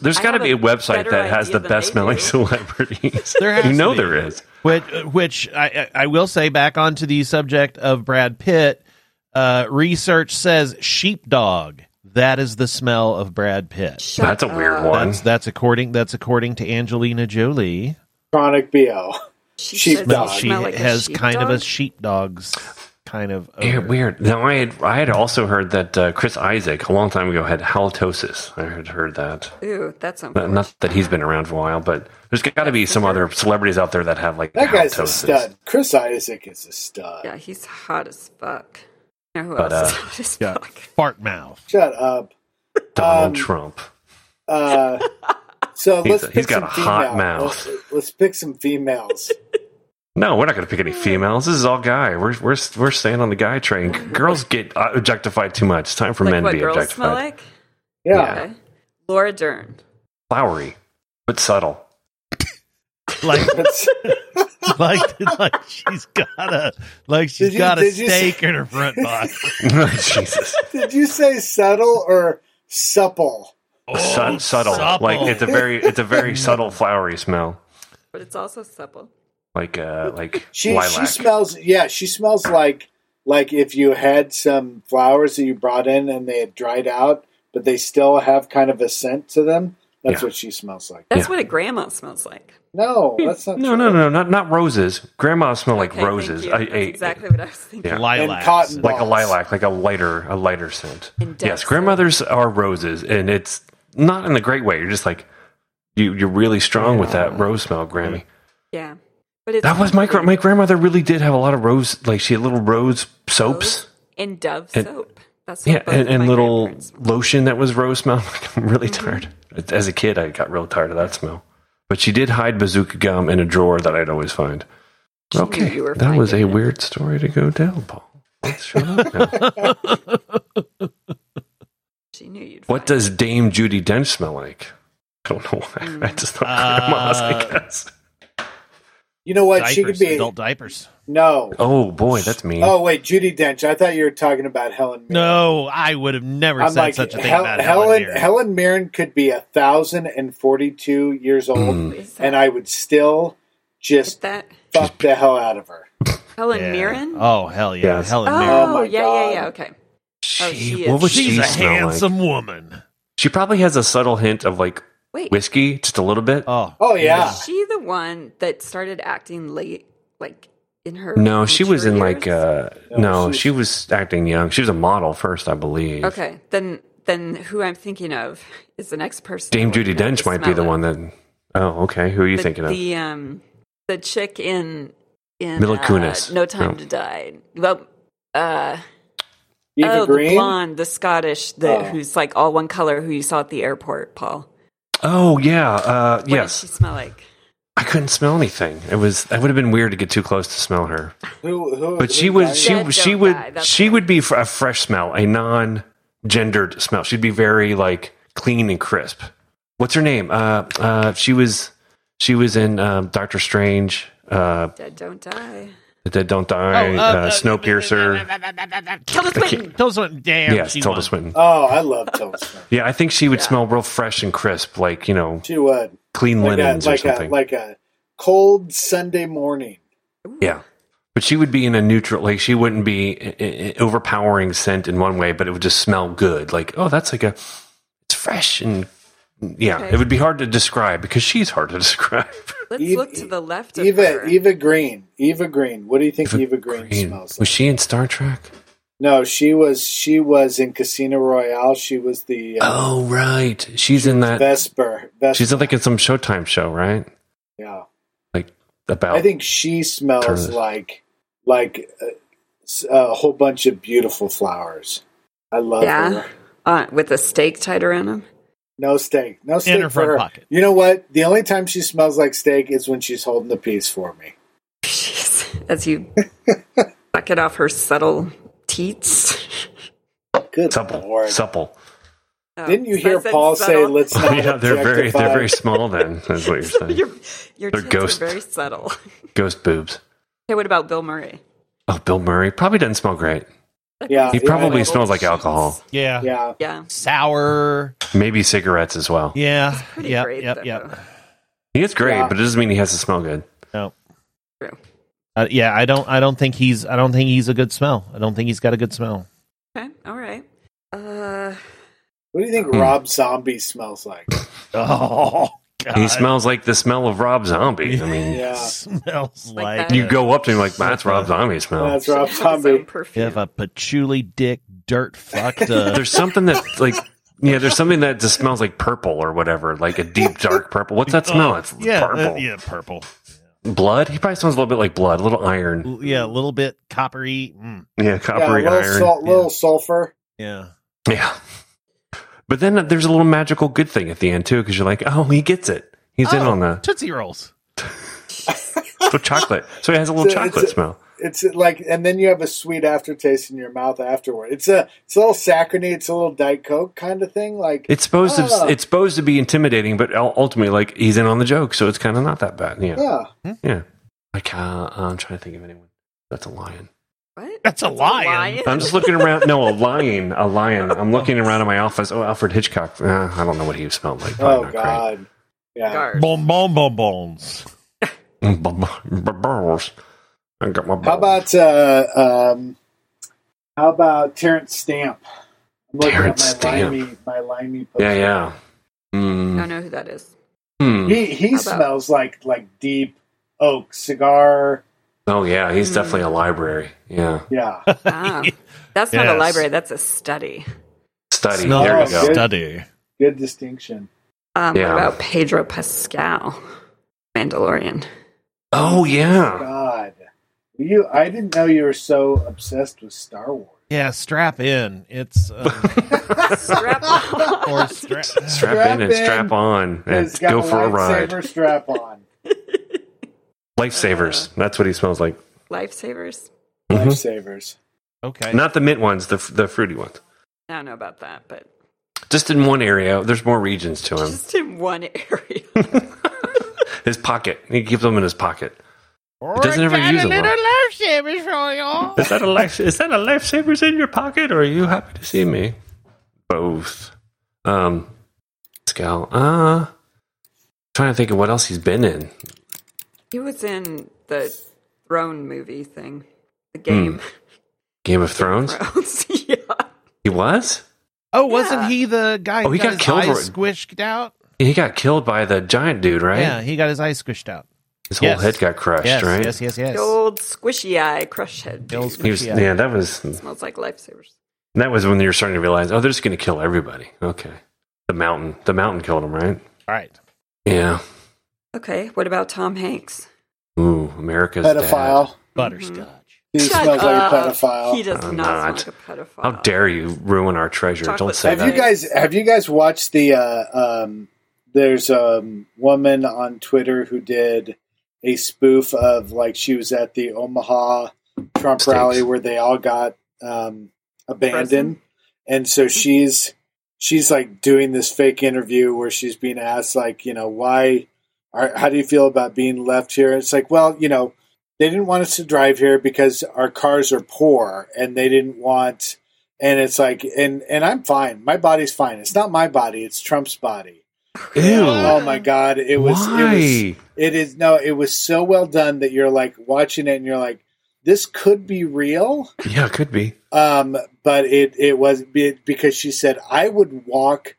Speaker 1: There's
Speaker 2: I
Speaker 1: got to
Speaker 2: have
Speaker 1: be a
Speaker 2: a
Speaker 1: website
Speaker 2: better
Speaker 1: that has
Speaker 2: idea
Speaker 1: the
Speaker 2: than
Speaker 1: best
Speaker 2: they
Speaker 1: smelling
Speaker 2: do.
Speaker 1: celebrities.
Speaker 3: There
Speaker 1: <laughs>
Speaker 3: has
Speaker 1: you
Speaker 3: to
Speaker 1: know
Speaker 3: be.
Speaker 1: there is.
Speaker 3: which which I I I will say back onto the subject of Brad Pitt. Uh, research says sheepdog. That is the smell of Brad Pitt.
Speaker 2: Shut
Speaker 1: That's a weird
Speaker 2: up.
Speaker 1: one.
Speaker 3: That's that's according that's according to Angelina Jolie.
Speaker 4: Chronic BO.
Speaker 2: She
Speaker 4: Sheep
Speaker 2: says
Speaker 4: dog.
Speaker 2: you
Speaker 3: she
Speaker 2: smell like a
Speaker 3: has kind of a
Speaker 2: sheepdog.
Speaker 3: sheepdog's kind of
Speaker 1: Yeah,
Speaker 3: odor.
Speaker 1: weird. Now I had I had also heard that uh, Chris Isaac a long time ago had halitosis. I had heard that.
Speaker 2: Ooh, that's
Speaker 1: Not,
Speaker 2: unfortunate.
Speaker 1: not that he's been around for a while, but there's got to be some other celebrities out there that have like
Speaker 4: That guy's a
Speaker 1: halitosis.
Speaker 4: stud. Chris Isaac is a stud.
Speaker 2: Yeah, he's hot as fuck. You know who
Speaker 1: But,
Speaker 2: else is
Speaker 1: uh,
Speaker 2: hot as
Speaker 3: Yeah.
Speaker 2: fuck?
Speaker 3: Fart mouth.
Speaker 4: Shut up.
Speaker 1: Donald
Speaker 4: Um,
Speaker 1: Trump.
Speaker 4: Uh, so
Speaker 1: He's
Speaker 4: let's
Speaker 1: a-
Speaker 4: pick
Speaker 1: he's got
Speaker 4: some
Speaker 1: a hot
Speaker 4: female.
Speaker 1: mouth.
Speaker 4: Let's, let's pick some
Speaker 1: <laughs>
Speaker 4: females.
Speaker 1: No, we're not going to pick any females. This is all guy. We're we're we're staying on the guy train. Girls get uh, objectified too much. It's time for men
Speaker 2: Like
Speaker 1: to
Speaker 2: what
Speaker 1: be
Speaker 2: girls smell
Speaker 1: objectified.
Speaker 2: like?
Speaker 4: Yeah.
Speaker 2: Okay. Laura Dern.
Speaker 1: Flowery, but subtle. <laughs>
Speaker 4: <laughs>
Speaker 3: Like
Speaker 4: That's-
Speaker 3: like like she's got a like she's
Speaker 4: Did you-
Speaker 3: got a
Speaker 4: did you say-
Speaker 3: steak in her front
Speaker 4: <laughs>
Speaker 3: box.
Speaker 1: Jesus,
Speaker 4: did you say subtle or supple?
Speaker 1: Sub- subtle. Like it's a very it's a
Speaker 2: <laughs>
Speaker 1: very subtle flowery smell.
Speaker 2: But it's also supple.
Speaker 1: Like uh like
Speaker 4: She
Speaker 1: lilac.
Speaker 4: she smells yeah, she smells like like if you had some flowers that you brought in and they had dried out, but they still have kind of a scent to them. That's
Speaker 1: Yeah.
Speaker 4: what she smells like.
Speaker 2: That's
Speaker 1: Yeah.
Speaker 2: what a grandma smells like.
Speaker 4: No, that's not
Speaker 1: no,
Speaker 4: true.
Speaker 1: no, no, not not roses. Grandma smell like
Speaker 2: Okay, thank
Speaker 1: roses.
Speaker 2: you.
Speaker 1: I, I,
Speaker 2: That's exactly what I was thinking.
Speaker 1: Yeah.
Speaker 3: lilac.
Speaker 4: And cotton
Speaker 1: like a
Speaker 4: balls.
Speaker 1: lilac, like a lighter, a lighter scent.
Speaker 2: Intense.
Speaker 1: Yes, grandmothers are roses, and it's not in a great way. You're just like you you're really strong with that rose smell, Grammy.
Speaker 2: Yeah. But it's
Speaker 1: That was my gra- my grandmother really did have a lot of rose, like she had little rose soaps.
Speaker 2: and Dove
Speaker 1: and-
Speaker 2: soap. That's what
Speaker 1: Yeah,
Speaker 2: both
Speaker 1: and,
Speaker 2: of my
Speaker 1: and little
Speaker 2: grandparents- Mm-hmm.
Speaker 1: lotion that was rose smell. <laughs> I'm really tired. As a kid, I got real tired of that smell. But she did hide bazooka gum in a drawer that I'd always find.
Speaker 2: She knew
Speaker 1: okay,
Speaker 2: you were
Speaker 1: that was a
Speaker 2: finding it.
Speaker 1: weird story to go down, Paul. Let's shut up now.
Speaker 2: <laughs> She knew you'd.
Speaker 1: what
Speaker 2: find
Speaker 1: does Dame Judy Dench smell like? I don't know why.
Speaker 2: Mm.
Speaker 1: I just thought grandma's,
Speaker 3: Uh,
Speaker 1: I guess.
Speaker 4: You know what? she could
Speaker 3: diapers,
Speaker 4: be
Speaker 3: adult diapers.
Speaker 4: no.
Speaker 1: Oh boy, that's mean.
Speaker 4: Oh wait, Judy Dench. I thought you were talking about Helen. Mirren.
Speaker 3: No, I would have never
Speaker 4: I'm
Speaker 3: said
Speaker 4: like
Speaker 3: such a thing
Speaker 4: Hel-
Speaker 3: about
Speaker 4: Helen.
Speaker 3: Helen. Mirren.
Speaker 4: Helen, Mirren could be a thousand and forty-two years old,
Speaker 1: Mm.
Speaker 2: it. Is that-
Speaker 4: and I would still just
Speaker 2: that
Speaker 4: fuck the hell out of her.
Speaker 2: Helen
Speaker 3: Yeah.
Speaker 2: Mirren? Oh,
Speaker 3: Oh hell yeah,
Speaker 1: Yes.
Speaker 3: Helen Mirren.
Speaker 4: Oh
Speaker 2: yeah,
Speaker 4: my
Speaker 2: yeah,
Speaker 4: God.
Speaker 2: yeah. Okay. oh, she
Speaker 1: she,
Speaker 2: is-
Speaker 1: what would
Speaker 3: She's
Speaker 1: she
Speaker 3: a
Speaker 1: smell
Speaker 3: handsome
Speaker 1: like?
Speaker 3: woman.
Speaker 1: She probably has a subtle hint of like
Speaker 2: Wait,
Speaker 1: whiskey, just a little bit.
Speaker 3: Oh,
Speaker 4: Oh yeah,
Speaker 2: is she the one that started acting late, like in her?
Speaker 1: No, she was in
Speaker 2: mature
Speaker 1: like
Speaker 2: years?
Speaker 1: uh
Speaker 4: No,
Speaker 1: no,
Speaker 4: she's-
Speaker 1: she was acting young. She was a model first, I believe.
Speaker 2: Okay, then then who I'm thinking of is the next person.
Speaker 1: Dame
Speaker 2: that would
Speaker 1: Judy
Speaker 2: know
Speaker 1: Dench might be
Speaker 2: smell
Speaker 1: the
Speaker 2: of.
Speaker 1: one that Oh, okay. Who are you
Speaker 2: the,
Speaker 1: thinking of?
Speaker 2: the um the chick in in
Speaker 1: Mila
Speaker 2: uh,
Speaker 1: Kunis. Oh.
Speaker 2: No Time
Speaker 1: No.
Speaker 2: to Die. Well, uh,
Speaker 4: Eva
Speaker 2: oh, the
Speaker 4: Green.
Speaker 2: blonde, the Scottish, the
Speaker 4: Oh.
Speaker 2: who's like all one color, who you saw at the airport, Paul.
Speaker 1: Oh, yeah. Uh
Speaker 2: What
Speaker 1: yes.
Speaker 2: does she smell like?
Speaker 1: I couldn't smell anything. It was it would have been weird to get too close to smell her.
Speaker 4: Who? Who?
Speaker 1: But she
Speaker 4: who
Speaker 1: was
Speaker 4: died?
Speaker 2: Dead
Speaker 1: she
Speaker 2: don't
Speaker 1: she would
Speaker 2: die, that's
Speaker 1: she
Speaker 2: right.
Speaker 1: would be f- a fresh smell, a non-gendered smell. She'd be very like clean and crisp. What's her name? Uh uh she was she was in um, Doctor Strange uh
Speaker 2: Dead don't die.
Speaker 1: The Dead Don't Die, uh, <laughs> Snowpiercer.
Speaker 2: Tilda Swinton.
Speaker 3: Tilda Swinton. Damn,
Speaker 1: yes,
Speaker 3: she
Speaker 1: Tilda
Speaker 3: won.
Speaker 1: Swinton.
Speaker 4: Oh, I love Tilda Swinton.
Speaker 1: Yeah, I think she would smell real fresh and crisp, like you know,
Speaker 4: She would
Speaker 1: clean
Speaker 4: like a
Speaker 1: linens
Speaker 4: like
Speaker 1: or
Speaker 4: a
Speaker 1: something.
Speaker 4: like a cold Sunday morning.
Speaker 1: yeah, but she would be in a neutral, like she wouldn't be i- i- overpowering scent in one way, but it would just smell good. Like, oh, that's like a, it's fresh and yeah,
Speaker 2: Okay.
Speaker 1: it would be hard to describe because she's hard to <laughs> describe.
Speaker 2: Let's
Speaker 4: Eve-
Speaker 2: look to the left of
Speaker 4: Eva
Speaker 2: her.
Speaker 4: Eva Green. Eva Green. What do you think Eva, Green,
Speaker 1: Green.
Speaker 4: smells
Speaker 1: Was
Speaker 4: like?
Speaker 1: she in Star Trek?
Speaker 4: no, she was she was in Casino Royale. She was the uh,
Speaker 1: Oh, right, she's in that.
Speaker 4: Vesper. Vesper.
Speaker 1: She's in, like in some Showtime show, right?
Speaker 4: yeah.
Speaker 1: Like about.
Speaker 4: I think she
Speaker 1: Turn
Speaker 4: smells
Speaker 1: this.
Speaker 4: like like a, a whole bunch of beautiful flowers. I love
Speaker 2: yeah,
Speaker 4: her.
Speaker 2: uh, with a stake tied around him. <laughs>
Speaker 4: No steak. No steak
Speaker 3: her
Speaker 4: for
Speaker 3: front
Speaker 4: her.
Speaker 3: pocket.
Speaker 4: You know what? The only time she smells like steak is when she's holding the piece for me. <laughs>
Speaker 2: Jeez, as you suck it off her subtle teats.
Speaker 4: Good
Speaker 1: supple,
Speaker 4: lord.
Speaker 1: supple.
Speaker 2: Oh,
Speaker 4: <laughs> Didn't you
Speaker 2: so I
Speaker 4: hear
Speaker 2: said
Speaker 4: Paul say,
Speaker 1: <laughs>
Speaker 2: subtle.
Speaker 4: "Let's not
Speaker 1: Oh, yeah, they're very
Speaker 4: objectify"?
Speaker 1: they're very small. Then that's
Speaker 4: <laughs>
Speaker 1: what you're
Speaker 2: So
Speaker 1: saying.
Speaker 2: <laughs> your your
Speaker 1: They're
Speaker 2: tips
Speaker 1: ghost.
Speaker 2: are very subtle.
Speaker 1: Ghost boobs.
Speaker 2: Okay, what about Bill Murray?
Speaker 1: Oh, Bill Murray probably doesn't smell great.
Speaker 4: Yeah,
Speaker 1: He
Speaker 4: yeah,
Speaker 1: probably
Speaker 4: yeah.
Speaker 1: smells like alcohol.
Speaker 3: Yeah.
Speaker 4: yeah.
Speaker 2: Yeah,
Speaker 3: Sour.
Speaker 1: Maybe cigarettes as well.
Speaker 3: Yeah.
Speaker 2: pretty
Speaker 3: Yep.
Speaker 2: great,
Speaker 3: Yep.
Speaker 2: though.
Speaker 3: Yep.
Speaker 1: He is great,
Speaker 4: Yeah.
Speaker 1: but it doesn't mean he has to smell good.
Speaker 3: No.
Speaker 2: True.
Speaker 3: Uh, yeah, I don't. I don't think he's. I don't think he's a good smell. I don't think he's got a good smell.
Speaker 2: Okay, all right. Uh,
Speaker 4: What do you think
Speaker 1: Hmm.
Speaker 4: Rob Zombie smells like?
Speaker 3: Oh, God.
Speaker 1: He
Speaker 3: <laughs>
Speaker 1: smells like the smell of Rob Zombie. I mean,
Speaker 4: Uh, Yeah.
Speaker 3: smells
Speaker 2: Like
Speaker 3: like,
Speaker 2: that.
Speaker 1: you go up to him like, that's Rob Zombie smell.
Speaker 4: That's
Speaker 2: should
Speaker 4: Rob
Speaker 2: have his
Speaker 4: Zombie.
Speaker 2: own
Speaker 3: You
Speaker 2: perfume.
Speaker 3: have a patchouli dick dirt fucked uh, up.
Speaker 1: There's something that like. Yeah, there's something that just smells like purple or whatever, like a deep dark purple. What's that smell? It's
Speaker 3: <laughs> yeah, uh,
Speaker 1: purple.
Speaker 3: yeah, purple.
Speaker 1: Blood? He probably smells a little bit like blood, a little iron.
Speaker 3: L- Yeah, a little bit coppery. Mm,
Speaker 1: Yeah,
Speaker 4: yeah, a
Speaker 1: coppery
Speaker 4: little,
Speaker 1: iron.
Speaker 4: salt,
Speaker 3: yeah.
Speaker 4: little sulfur.
Speaker 3: yeah,
Speaker 1: Yeah. But then there's a little magical good thing at the end too, because you're like, oh, he gets it. He's in
Speaker 3: Oh,
Speaker 1: on the
Speaker 3: tootsie rolls.
Speaker 1: so chocolate. So he has a little
Speaker 4: <laughs> It's a- it's
Speaker 1: chocolate
Speaker 4: a-
Speaker 1: smell.
Speaker 4: It's uh, like, and then you have a sweet aftertaste in your mouth afterward. It's a, it's a little saccharine. It's a little Diet Coke kind of thing. Like
Speaker 1: It's supposed
Speaker 4: Ah.
Speaker 1: to it's supposed to be intimidating, but ul- ultimately, like he's in on the joke, so it's kind of not that bad. Yeah,
Speaker 4: yeah,
Speaker 1: yeah. Like uh, I'm trying to think of anyone. That's a lion.
Speaker 2: What?
Speaker 3: That's a lion.
Speaker 1: I'm just looking around.
Speaker 2: <laughs>
Speaker 1: No, a lion. A lion. I'm looking around in my office. Oh, Alfred Hitchcock. Uh, I don't know what he smelled like. Probably
Speaker 4: oh
Speaker 1: not
Speaker 4: god, yeah. <laughs>
Speaker 2: Garth.
Speaker 3: Bon bon bon bons.
Speaker 1: great. B- b- b- balls. Mm, I got my
Speaker 4: How about uh, um, how about Terrence Stamp? I'm looking
Speaker 1: Terrence
Speaker 4: at my
Speaker 1: Stamp.
Speaker 4: limey, my limey.
Speaker 1: Yeah,
Speaker 4: poster.
Speaker 1: yeah.
Speaker 2: I
Speaker 1: Mm.
Speaker 2: don't know who that
Speaker 3: <laughs>
Speaker 2: is.
Speaker 1: Hmm.
Speaker 4: He he
Speaker 2: How about-
Speaker 4: smells like like deep oak cigar.
Speaker 1: Oh yeah, he's
Speaker 2: Hmm.
Speaker 1: definitely a library. Yeah,
Speaker 4: Yeah,
Speaker 2: Ah, that's not
Speaker 3: Yes.
Speaker 2: a library. That's a study.
Speaker 1: study.
Speaker 3: Smells
Speaker 1: there you
Speaker 4: like
Speaker 1: go.
Speaker 4: good.
Speaker 3: Study.
Speaker 4: good distinction.
Speaker 2: Um,
Speaker 1: Yeah.
Speaker 2: What about Pedro Pascal, Mandalorian?
Speaker 1: Oh yeah.
Speaker 4: God, you! I didn't know you were so obsessed with Star Wars.
Speaker 3: Yeah, strap in.
Speaker 1: <laughs>
Speaker 3: It's uh,
Speaker 2: Strap on.
Speaker 3: or strap.
Speaker 1: Strap, in and
Speaker 4: Strap in.
Speaker 1: strap on and
Speaker 4: He's got
Speaker 1: go for a ride.
Speaker 4: lightsaber strap on.
Speaker 1: Lifesavers. That's what he smells like.
Speaker 2: Lifesavers.
Speaker 1: Mhm.
Speaker 4: Lifesavers.
Speaker 3: Okay.
Speaker 1: Not the mint ones, the the fruity ones.
Speaker 2: I don't know about that, but
Speaker 1: Just in one area. There's more regions to him.
Speaker 2: just in one <laughs> area.
Speaker 1: <laughs> His pocket. He keeps them in his pocket.
Speaker 6: Or
Speaker 1: It doesn't ever use them. though.
Speaker 6: lifesavers for y'all.
Speaker 1: Is that a life? Is that a lifesaver's in your pocket, or are you happy to see me? Both. Um, Scal. Uh, trying to think of what else he's been in.
Speaker 2: he was in the throne movie thing,
Speaker 1: Hmm.
Speaker 2: the game
Speaker 1: <laughs> Game of Thrones.
Speaker 2: Thrones. <laughs> yeah.
Speaker 1: He was.
Speaker 3: Oh, wasn't
Speaker 2: Yeah.
Speaker 3: he the guy?
Speaker 1: Oh, he got
Speaker 3: his
Speaker 1: killed
Speaker 3: eyes
Speaker 1: for-
Speaker 3: squished out.
Speaker 1: He got killed by the giant dude, right?
Speaker 3: Yeah, he got his eyes squished out.
Speaker 1: His whole
Speaker 3: Yes.
Speaker 1: head got crushed,
Speaker 3: Yes,
Speaker 1: right?
Speaker 3: yes, yes, yes.
Speaker 2: The old squishy eye crush head.
Speaker 3: The old
Speaker 2: dude.
Speaker 1: He was,
Speaker 3: Yeah.
Speaker 1: yeah. that was
Speaker 2: Smells like lifesavers.
Speaker 1: that was when you were starting to realize, oh, they're just going to kill everybody. Okay, the mountain, the mountain killed him, right?
Speaker 3: All right.
Speaker 1: Yeah.
Speaker 2: Okay, what about Tom Hanks?
Speaker 1: Ooh, America's dad.
Speaker 4: Pedophile.
Speaker 3: Butterscotch.
Speaker 4: He
Speaker 2: Shut
Speaker 4: smells
Speaker 2: up.
Speaker 4: like a pedophile.
Speaker 2: He does
Speaker 1: I'm
Speaker 2: not,
Speaker 1: not.
Speaker 2: smell like a pedophile.
Speaker 1: Uh, How dare you ruin our treasure? Don't
Speaker 2: Chocolate
Speaker 1: say
Speaker 4: have
Speaker 1: that.
Speaker 4: you guys have you guys watched the uh, um, there's a woman on twitter who did a spoof of like she was at the omaha trump
Speaker 1: Steaks.
Speaker 4: rally where they all got um, abandoned
Speaker 2: Frozen?
Speaker 4: and so she's she's like doing this fake interview where she's being asked like you know why are, how do you feel about being left here it's like well you know they didn't want us to drive here because our cars are poor and they didn't want and it's like and and i'm fine my body's fine it's not my body it's trump's body
Speaker 1: Ew.
Speaker 4: oh my god it was
Speaker 1: Why?
Speaker 4: it was it is no it was so well done that you're like watching it and you're like this could be real
Speaker 1: yeah, it could be.
Speaker 4: um but it it was be- because she said i would walk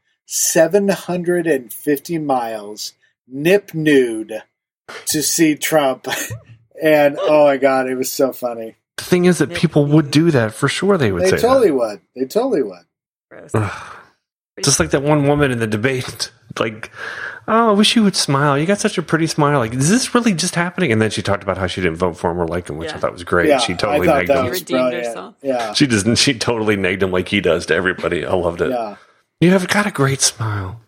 Speaker 4: 750 miles nip nude to see trump <laughs> and oh my god it was so funny
Speaker 1: The thing is that people would do that for sure. They would
Speaker 4: they
Speaker 1: say
Speaker 4: totally
Speaker 1: that.
Speaker 4: would they totally would
Speaker 2: Gross.
Speaker 1: Ugh. Just like that one woman in the debate, <laughs> like, oh, I wish you would smile. You got such a pretty smile. Like, is this really just happening? And then she talked about how she didn't vote for him or like him, which I
Speaker 2: Yeah.
Speaker 1: thought was great.
Speaker 4: Yeah,
Speaker 1: she
Speaker 4: I
Speaker 1: totally
Speaker 4: thought
Speaker 1: nagged
Speaker 4: that
Speaker 1: him.
Speaker 4: was
Speaker 2: Redeemed
Speaker 4: brilliant.
Speaker 2: herself.
Speaker 4: Yeah,
Speaker 1: She doesn't. <laughs> She totally nagged him like he does to everybody. I loved it.
Speaker 4: yeah,
Speaker 1: You have got a great smile.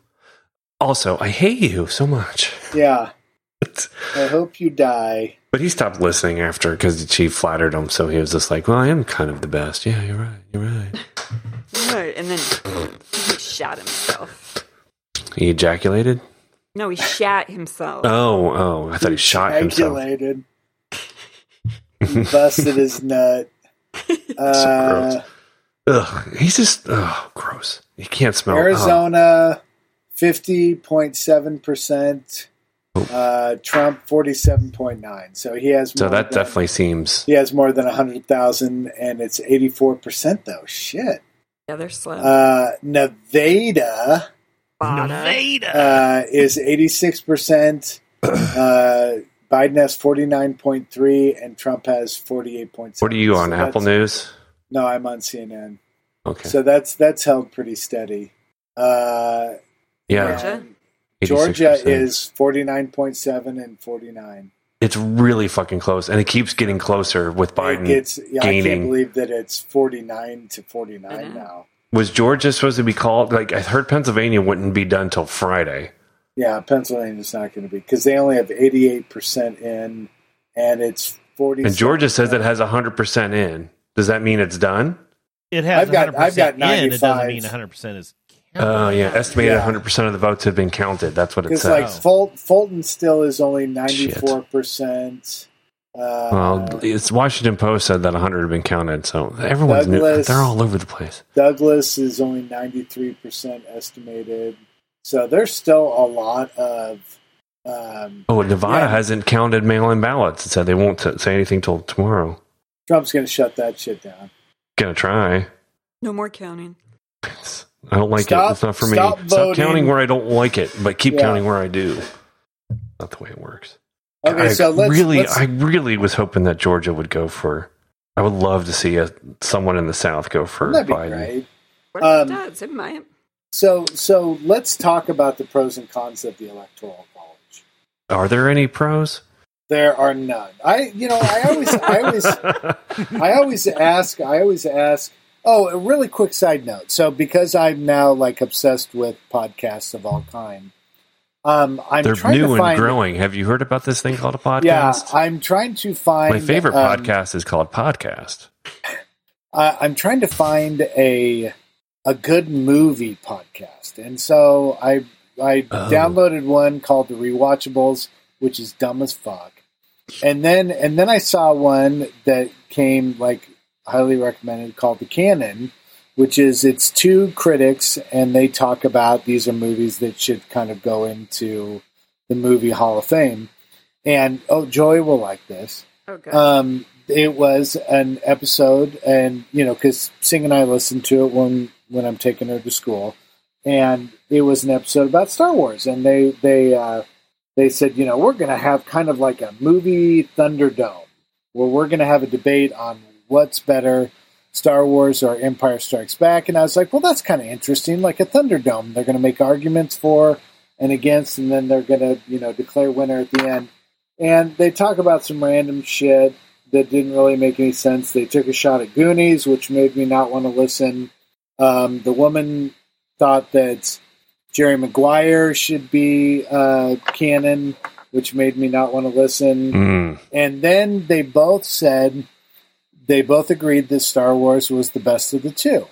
Speaker 1: Also, I hate you so much. <laughs>
Speaker 4: yeah. I hope you die.
Speaker 1: But he stopped listening after
Speaker 2: <laughs>
Speaker 1: because she flattered him. So he was just like, "Well, I am kind of the best. Yeah, you're right. You're right."
Speaker 2: Right, and then he shot himself.
Speaker 1: He ejaculated.
Speaker 2: No, he shat himself.
Speaker 1: Oh, oh! I thought he shot himself. <laughs>
Speaker 4: Calculated. Busted his nut. Uh,
Speaker 1: Ugh, he's just ugh, gross. You can't smell. uh-huh. ugh.
Speaker 4: Arizona, fifty point seven percent.
Speaker 1: Oh.
Speaker 4: Uh, Trump forty seven point nine. So he has
Speaker 1: So
Speaker 4: more
Speaker 1: that
Speaker 4: than-
Speaker 1: definitely seems.
Speaker 4: he has more than hundred thousand, and it's eighty four percent though. Shit.
Speaker 2: Yeah, they're
Speaker 1: Oh.
Speaker 2: slow.
Speaker 4: Uh, Nevada
Speaker 2: Bada.
Speaker 4: uh, is eighty
Speaker 1: <clears throat>
Speaker 4: six percent. Uh, Biden has forty nine point three, and Trump has forty eight point seven.
Speaker 1: What are you on Apple News?
Speaker 4: No, I'm on CNN.
Speaker 1: Okay.
Speaker 4: So that's that's held pretty steady. Uh,
Speaker 1: yeah.
Speaker 2: Georgia?
Speaker 4: Georgia
Speaker 1: 86%.
Speaker 4: is forty nine point seven and forty nine.
Speaker 1: It's really fucking close, and it keeps getting closer with Biden
Speaker 4: It gets, yeah, I can't
Speaker 1: gaining.
Speaker 4: believe that it's forty nine to forty
Speaker 2: I
Speaker 4: nine
Speaker 2: know.
Speaker 4: now.
Speaker 1: was Georgia supposed to be called? Like I heard, Pennsylvania wouldn't be done till Friday.
Speaker 4: Yeah, Pennsylvania's not going to be because they only have eighty eight percent in, and it's forty.
Speaker 1: And Georgia says it has 100% in. Does that mean it's done?
Speaker 3: It has
Speaker 4: I've got-
Speaker 3: 100%
Speaker 4: I've got
Speaker 3: in. It doesn't
Speaker 4: 95.
Speaker 3: mean 100% is
Speaker 1: Oh, yeah. Estimated
Speaker 4: Yeah.
Speaker 1: 100% of the votes have been counted. That's what it
Speaker 4: Because
Speaker 1: says.
Speaker 4: like Fult, Fulton still is only ninety four percent. Uh,
Speaker 1: well, it's Washington Post said that 100 had been counted. So everyone's new.
Speaker 4: Douglas-
Speaker 1: They're all over the place.
Speaker 4: Douglas is only ninety three percent estimated. So there's still a lot of. Um,
Speaker 1: Oh, Nevada
Speaker 4: Yeah.
Speaker 1: hasn't counted mail in ballots. It said they won't t- say anything till tomorrow.
Speaker 4: Trump's going to shut that shit down.
Speaker 1: Gonna try.
Speaker 2: No more counting.
Speaker 1: I don't like
Speaker 4: Stop-
Speaker 1: it. It's not for me.
Speaker 4: stop
Speaker 1: Stop
Speaker 4: voting.
Speaker 1: counting where I don't like it, but keep
Speaker 4: Yeah.
Speaker 1: counting where I do. Not the way it works.
Speaker 4: Okay,
Speaker 1: I
Speaker 4: so let's
Speaker 1: really,
Speaker 4: let's-
Speaker 1: I really was hoping that Georgia would go for. I would love to see a, someone in the South go for
Speaker 4: that'd be
Speaker 1: Biden.
Speaker 4: great.
Speaker 2: What if it
Speaker 4: Um,
Speaker 2: does? It might.
Speaker 4: So so let's talk about the pros and cons of the electoral college.
Speaker 1: Are there any
Speaker 4: <laughs>
Speaker 1: pros?
Speaker 4: There are none. I you know I always I always I always ask I always ask. Oh, a really quick side note. So because I'm now like obsessed with podcasts of all kind, um, I'm
Speaker 1: They're
Speaker 4: trying
Speaker 1: new
Speaker 4: to
Speaker 1: and
Speaker 4: find.
Speaker 1: growing. Have you heard about this thing called a
Speaker 4: Yeah,
Speaker 1: podcast?
Speaker 4: I'm trying to find
Speaker 1: My favorite
Speaker 4: um,
Speaker 1: podcast is called Podcast.
Speaker 4: I, I'm trying to find a a good movie podcast, and so I I
Speaker 1: Oh.
Speaker 4: downloaded one called The Rewatchables, which is dumb as fuck. And then and then I saw one that came like highly recommended called The Canon, which is it's two critics and they talk about these are movies that should kind of go into the movie Hall of Fame. And oh, Joy will like this
Speaker 2: Oh, God.
Speaker 4: um, it was an episode, and you know, because Sing and I listen to it when when I'm taking her to school, and it was an episode about Star Wars, and they they uh, they said, you know, we're going to have kind of like a movie Thunderdome, where we're going to have a debate on what's better, Star Wars or Empire Strikes Back, and I was like, well, that's kind of interesting, like a Thunderdome. They're going to make arguments for and against, and then they're going to you know declare winner at the end and they talk about some random shit that didn't really make any sense. They took a shot at Goonies, which made me not want to listen. Um, the woman thought that Jerry Maguire should be uh, canon, which made me not want to listen.
Speaker 1: Mm.
Speaker 4: And then they both said they both agreed that Star Wars was the best of the two.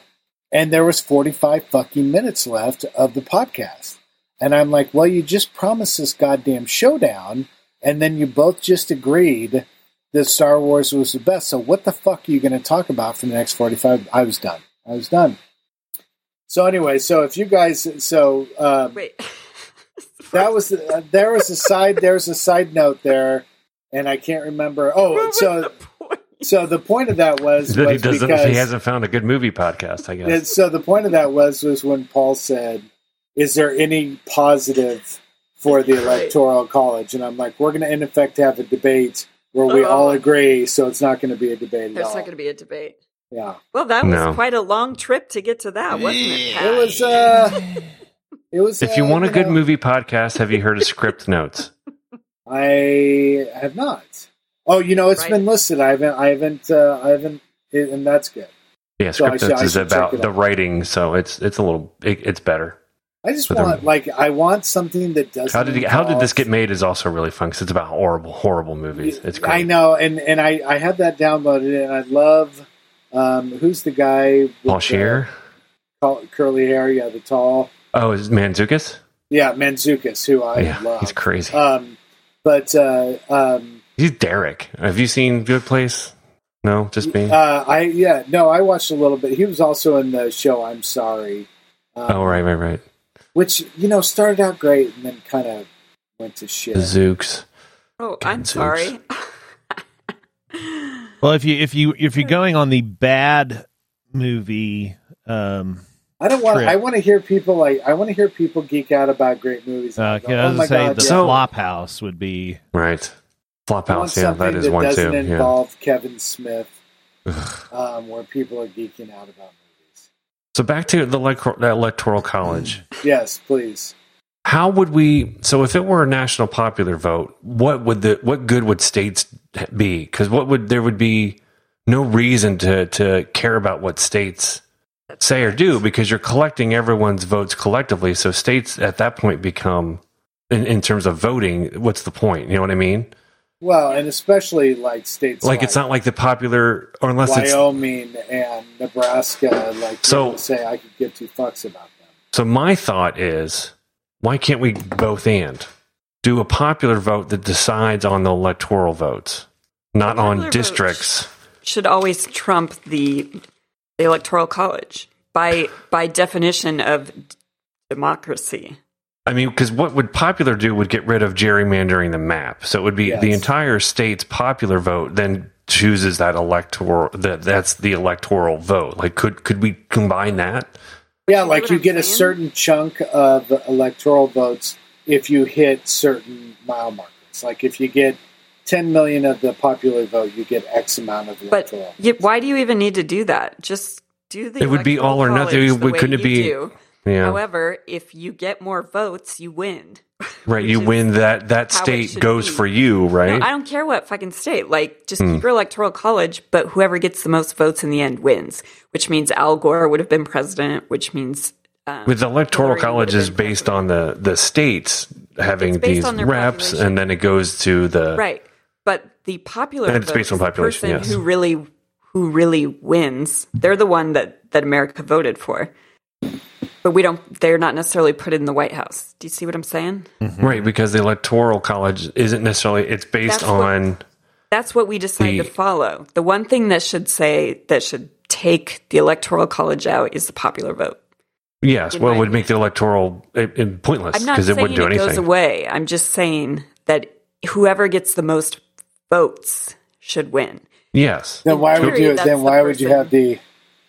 Speaker 4: And there was 45 fucking minutes left of the podcast. And I'm like, well, you just promised this goddamn showdown, and then you both just agreed that Star Wars was the best. So what the fuck are you going to talk about for the next 45? I was done. I was done. So anyway, so if you guys, so um,
Speaker 2: Wait. <laughs>
Speaker 4: that was uh, there was a side there was a side note there, and I can't remember.
Speaker 2: What
Speaker 4: Oh,
Speaker 2: was
Speaker 4: so
Speaker 2: the point?
Speaker 4: so the point of that was,
Speaker 1: That he
Speaker 4: was
Speaker 1: doesn't.
Speaker 4: because
Speaker 1: He hasn't found a good movie podcast. I
Speaker 4: and
Speaker 1: guess.
Speaker 4: so the point of that was was when Paul said, "Is there any positive for the electoral college?" And I'm like, "We're going to in effect have a debate where we
Speaker 2: Oh.
Speaker 4: all agree, so it's not going to be a debate at
Speaker 2: There's
Speaker 4: all."
Speaker 2: not going to be a debate.
Speaker 4: yeah,
Speaker 2: Well, that was
Speaker 1: No.
Speaker 2: quite a long trip to get to that, wasn't it, Pat?
Speaker 4: it
Speaker 2: <laughs>
Speaker 4: was. Uh, it was.
Speaker 1: if you
Speaker 4: uh,
Speaker 1: want a good
Speaker 4: know,
Speaker 1: movie podcast, have you heard of
Speaker 4: <laughs>
Speaker 1: Script Notes?
Speaker 4: I have not. Oh, you know, it's
Speaker 2: Right.
Speaker 4: been listed. I haven't. I haven't. Uh, I haven't. It, and that's good.
Speaker 1: Yeah,
Speaker 4: So I
Speaker 1: Script
Speaker 4: should-
Speaker 1: Notes
Speaker 4: I
Speaker 1: is
Speaker 4: should check
Speaker 1: about
Speaker 4: it
Speaker 1: the
Speaker 4: out.
Speaker 1: writing, so it's it's a little it, it's better.
Speaker 4: I just
Speaker 1: But they're-
Speaker 4: want like I want something that doesn't.
Speaker 1: How did he, how did this
Speaker 4: involve-
Speaker 1: get made is also really fun because it's about horrible horrible movies. It's great.
Speaker 4: I know, and and I I had that downloaded, and I love. Um, who's the guy? with
Speaker 1: Paul
Speaker 4: the-
Speaker 1: Scheer.
Speaker 4: Tall, curly hair. Yeah, the tall.
Speaker 1: Oh, is it Manzukis?
Speaker 4: Yeah, Manzukis, who I
Speaker 1: yeah,
Speaker 4: love.
Speaker 1: he's crazy.
Speaker 4: Um, but uh, um,
Speaker 1: he's Derek. Have you seen Good Place? No, just me.
Speaker 4: uh, I yeah no, I watched a little bit. He was also in the show. I'm sorry. Um,
Speaker 1: oh, right, right, right.
Speaker 4: Which you know started out great and then kind of went to shit.
Speaker 1: The Zooks.
Speaker 2: Oh, I'm
Speaker 1: Goodness.
Speaker 2: sorry.
Speaker 3: Well, if you if you if you're going on the bad movie, um,
Speaker 4: I don't want.
Speaker 3: Trip.
Speaker 4: I want to hear people like. I want to hear people geek out about great movies.
Speaker 3: uh,
Speaker 4: Like, oh
Speaker 3: I was gonna say the
Speaker 1: yeah.
Speaker 3: Flophouse
Speaker 1: So-
Speaker 3: would be
Speaker 1: Right.
Speaker 4: I want
Speaker 1: Flophouse. Yeah,
Speaker 4: something
Speaker 1: that is one
Speaker 4: doesn't
Speaker 1: too. Yeah.
Speaker 4: involve Kevin Smith, um, where people are geeking out about movies.
Speaker 1: So back to the electoral, that electoral college.
Speaker 4: Yes, please.
Speaker 1: How would we? So if it were a national popular vote, what would the what good would states be? Because what would there would be no reason to to care about what states say or do because you're collecting everyone's votes collectively. So states at that point become, in, in terms of voting, what's the point? You know what I mean?
Speaker 4: Well, and especially like states
Speaker 1: like it's not like the popular, or unless it's
Speaker 4: Wyoming and Nebraska. Like
Speaker 1: So-
Speaker 4: people say, I could give two fucks about them.
Speaker 1: So my thought is, why can't we both and do a popular vote that decides on the electoral votes, not
Speaker 2: Popular
Speaker 1: on
Speaker 2: vote.
Speaker 1: districts?
Speaker 2: <laughs> Should always trump the, the electoral college by by definition of d- democracy.
Speaker 1: I mean, because what would popular do would get rid of gerrymandering the map. So it would be the
Speaker 4: Yes.
Speaker 1: entire state's popular vote then chooses that electoral that that's the electoral vote. Like, could could we combine that?
Speaker 4: Yeah,
Speaker 2: See
Speaker 4: like
Speaker 2: what
Speaker 4: you
Speaker 2: I'm
Speaker 4: get a
Speaker 2: saying?
Speaker 4: certain chunk of electoral votes if you hit certain mile markers. Like if you get 10 million of the popular vote, you get X amount of
Speaker 2: But
Speaker 4: electoral.
Speaker 2: y why do you even need to do that? Just do the.
Speaker 1: It would be
Speaker 2: electoral
Speaker 1: all or nothing.
Speaker 2: college
Speaker 1: It
Speaker 2: the
Speaker 1: would-
Speaker 2: way
Speaker 1: couldn't it
Speaker 2: you
Speaker 1: be-
Speaker 2: do.
Speaker 1: Yeah,
Speaker 2: However, if you get more votes, you win. <laughs>
Speaker 1: right.
Speaker 2: which
Speaker 1: You
Speaker 2: is
Speaker 1: win that that
Speaker 2: how it
Speaker 1: state
Speaker 2: should
Speaker 1: goes
Speaker 2: be.
Speaker 1: for you, right? Hmm.
Speaker 2: No, I don't care what fucking state. Like, just keep your electoral college, but whoever gets the most votes in the end wins, which means Al Gore would have been president, which means um,
Speaker 1: With the electoral
Speaker 2: Hillary would
Speaker 1: college
Speaker 2: have
Speaker 1: is
Speaker 2: been
Speaker 1: based on the the states having
Speaker 2: It's based
Speaker 1: these
Speaker 2: on their
Speaker 1: reps,
Speaker 2: population.
Speaker 1: and then it goes to the
Speaker 2: right. But the popular
Speaker 1: And it's
Speaker 2: vote
Speaker 1: based on
Speaker 2: is the
Speaker 1: population,
Speaker 2: person
Speaker 1: yes.
Speaker 2: who really who really wins. They're the one that that America voted for. But we don't. They're not necessarily put in the White House. Do you see what I'm saying?
Speaker 1: right because the electoral college isn't necessarily it's based
Speaker 2: That's what-
Speaker 1: on
Speaker 2: That's what we decide
Speaker 1: The-
Speaker 2: to follow. The one thing that should say that should take the electoral college out is the popular vote.
Speaker 1: yes well it would
Speaker 2: Right.
Speaker 1: make the electoral it, it pointless
Speaker 2: I'm not
Speaker 1: because it
Speaker 2: saying
Speaker 1: wouldn't do
Speaker 2: it
Speaker 1: anything
Speaker 2: goes away. I'm just saying that whoever gets the most votes should win
Speaker 1: yes
Speaker 4: Then why would
Speaker 2: Period,
Speaker 4: you
Speaker 2: that's
Speaker 4: then
Speaker 2: the
Speaker 4: why would you
Speaker 2: person.
Speaker 4: have the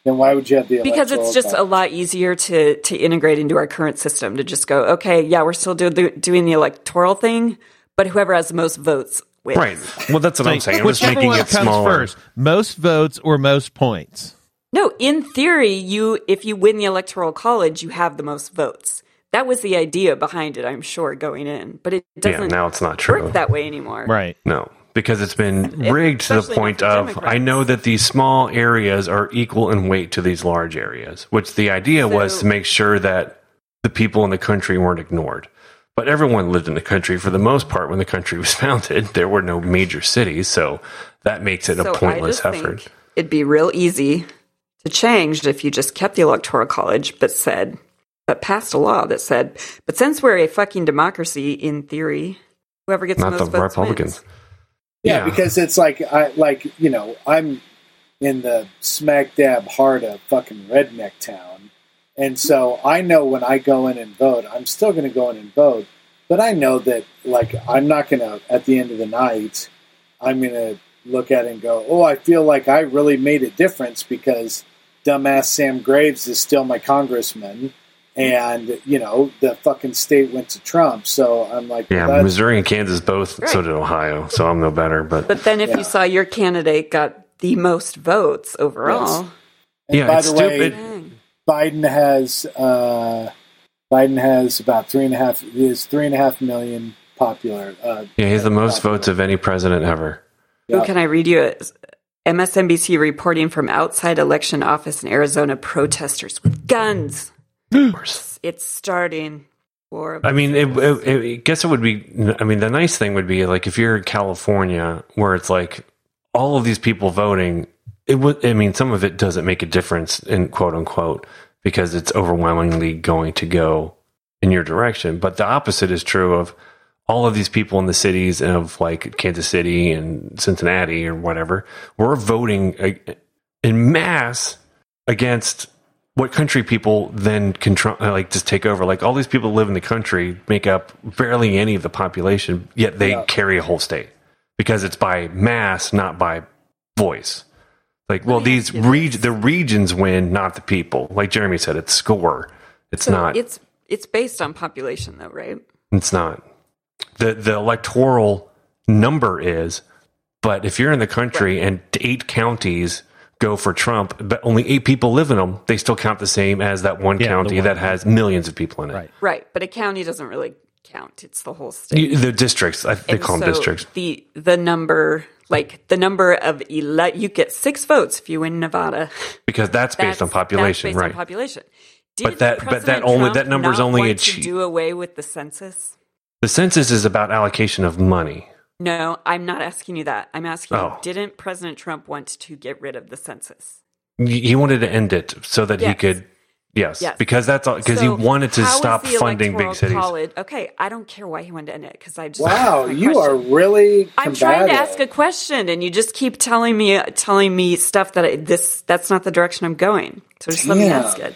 Speaker 4: then why would you have the
Speaker 2: because
Speaker 4: electoral
Speaker 2: it's just a
Speaker 4: vote?
Speaker 2: lot easier to to integrate into our current system to just go okay yeah we're still do the, doing the electoral thing but whoever has the most votes wins
Speaker 1: right well that's what I'm saying I'm just
Speaker 3: whichever
Speaker 1: making
Speaker 3: one
Speaker 1: it
Speaker 3: comes
Speaker 1: smaller
Speaker 3: first, most votes or most points.
Speaker 2: no in theory you if you win the electoral college you have the most votes that was the idea behind it I'm sure going in but it
Speaker 1: yeah
Speaker 2: doesn't
Speaker 1: now it's not true
Speaker 2: work that way anymore
Speaker 3: Right.
Speaker 1: No, because it's been rigged to the
Speaker 2: especially
Speaker 1: point
Speaker 2: with
Speaker 1: of
Speaker 2: Democrats.
Speaker 1: I know that these small areas are equal in weight to these large areas, which the idea was
Speaker 2: So-
Speaker 1: to make sure that the people in the country weren't ignored. But everyone lived in the country for the most part when the country was <laughs> founded. There were no major cities, so that makes it a
Speaker 2: So I
Speaker 1: pointless
Speaker 2: just think
Speaker 1: effort.
Speaker 2: It'd be real easy to change if you just kept the electoral college, but said, but passed a law that said, but since we're a fucking democracy in theory, whoever gets
Speaker 1: Not
Speaker 2: the
Speaker 1: the
Speaker 2: most votes
Speaker 1: Republicans.
Speaker 2: wins.
Speaker 4: yeah,
Speaker 1: yeah.
Speaker 4: because it's like I like, you know, I'm in the smack dab heart of fucking redneck town. And so I know when I go in and vote, I'm still going to go in and vote, but I know that like I'm not going to at the end of the night I'm going to look at it and go, "Oh, I feel like I really made a difference because dumbass Sam Graves is still my congressman." And you know the fucking state went to Trump, so I'm like,
Speaker 1: Yeah,
Speaker 4: well, that's-
Speaker 1: Missouri and Kansas both, so
Speaker 2: Right.
Speaker 1: did Ohio, so I'm no better. But,
Speaker 2: But then if
Speaker 4: Yeah.
Speaker 2: you saw your candidate got the most votes overall,
Speaker 4: and
Speaker 1: yeah,
Speaker 4: by
Speaker 1: it's
Speaker 4: the way,
Speaker 1: stupid.
Speaker 2: dang.
Speaker 4: Biden has uh, Biden has about three and a half is three and a half million popular. Uh,
Speaker 1: yeah, he has the most
Speaker 4: popular.
Speaker 1: votes of any president
Speaker 4: <gasps>
Speaker 1: ever.
Speaker 4: Yeah.
Speaker 2: who can I read you? It's MSNBC reporting from outside election office in Arizona protesters with guns.
Speaker 1: Of course.
Speaker 2: It's starting. War of
Speaker 1: I mean, it, it, it, I guess it would be. I mean, the nice thing would be like if you're in California, where it's like all of these people voting. It would. I mean, some of it doesn't make a difference in quote unquote because it's overwhelmingly going to go in your direction. But the opposite is true of all of these people in the cities of like Kansas City and Cincinnati or whatever. We're voting uh, in mass against what country people then control, uh, like just take over. Like all these people live in the country, make up barely any of the population, yet they
Speaker 4: Yeah.
Speaker 1: carry a whole state because it's by mass, not by voice. Like, well, these reg- the regions win, not the people. Like Jeremy said, it's score. It's
Speaker 2: So
Speaker 1: not.
Speaker 2: It's it's based on population though, right?
Speaker 1: It's not. The the electoral number is, but if you're in the country and eight counties go for Trump, but only eight people live in them, they still count the same as that one
Speaker 3: Yeah, the
Speaker 1: county
Speaker 3: one.
Speaker 1: that has millions of people in it.
Speaker 3: Right.
Speaker 2: Right, but a county doesn't really count. It's the whole state.
Speaker 1: You- The districts, I, they
Speaker 2: And
Speaker 1: call them
Speaker 2: so
Speaker 1: districts.
Speaker 2: The the number like the number of ele- you get six votes if you win Nevada.
Speaker 1: because that's, based on
Speaker 2: That's-
Speaker 1: population,
Speaker 2: that's based on
Speaker 1: right?
Speaker 2: population. Did
Speaker 1: But that- but that
Speaker 2: President
Speaker 1: only-
Speaker 2: Trump
Speaker 1: that number's
Speaker 2: not
Speaker 1: only
Speaker 2: want
Speaker 1: achieved-
Speaker 2: to do away with the census.
Speaker 1: the census is about allocation of money.
Speaker 2: No, I'm not asking you that. I'm asking
Speaker 1: Oh.
Speaker 2: you, didn't President Trump want to get rid of the census?
Speaker 1: Y- He wanted to end it so that he
Speaker 2: Yes.
Speaker 1: could, yes,
Speaker 2: Yes.
Speaker 1: because that's all because he
Speaker 2: So
Speaker 1: wanted to
Speaker 2: how is
Speaker 1: stop
Speaker 2: the
Speaker 1: funding
Speaker 2: Electoral
Speaker 1: big cities.
Speaker 2: College- Okay, I don't care why he wanted to end it because I just <laughs>
Speaker 4: Wow,
Speaker 2: my
Speaker 4: you
Speaker 2: question.
Speaker 4: are really.
Speaker 2: I'm trying to
Speaker 4: combative.
Speaker 2: ask a question, and you just keep telling me telling me stuff that I, this that's not the direction I'm going. So just let me
Speaker 4: Damn.
Speaker 2: ask it.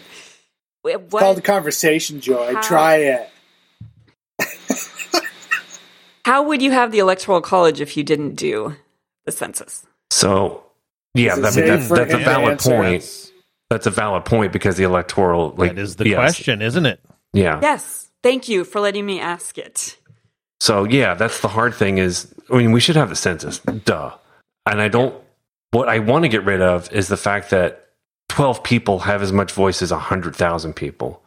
Speaker 2: Wait,
Speaker 4: It's called a
Speaker 2: What,
Speaker 4: conversation, Joy.
Speaker 2: How-
Speaker 4: Try it.
Speaker 2: how would you have the electoral college if you didn't do the census?
Speaker 1: So, yeah,
Speaker 4: Is it
Speaker 1: I mean,
Speaker 4: safe
Speaker 1: that's,
Speaker 4: for
Speaker 1: that's a
Speaker 4: him to
Speaker 1: valid
Speaker 4: answer?
Speaker 1: point. That's a valid point because the electoral, like,
Speaker 3: that is the
Speaker 1: yes,
Speaker 3: question, isn't it?
Speaker 1: Yeah.
Speaker 2: Yes, thank you for letting me ask it.
Speaker 1: So, yeah, that's the hard thing is, I mean, we should have the census, duh. And I don't, what I want to get rid of is the fact that 12 people have as much voice as 100,000 people.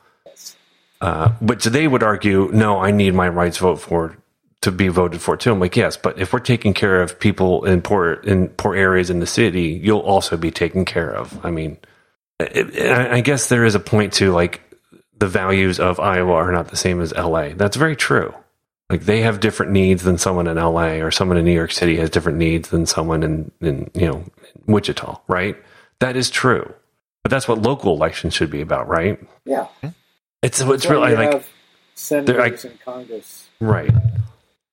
Speaker 1: Uh, but they would argue, no, I need my rights vote for to be voted for too. I'm like, yes, but if we're taking care of people in poor in poor areas in the city, you'll also be taken care of. I mean, it, I I guess there is a point to like the values of Iowa are not the same as LA. That's very true. Like they have different needs than someone in LA or someone in New York City has different needs than someone in, in you know Wichita, right? That is true. But that's what local elections should be about, right?
Speaker 4: Yeah,
Speaker 1: It's it's
Speaker 4: Well,
Speaker 1: really
Speaker 4: you
Speaker 1: like
Speaker 4: have senators
Speaker 1: like-
Speaker 4: in Congress.
Speaker 1: Right.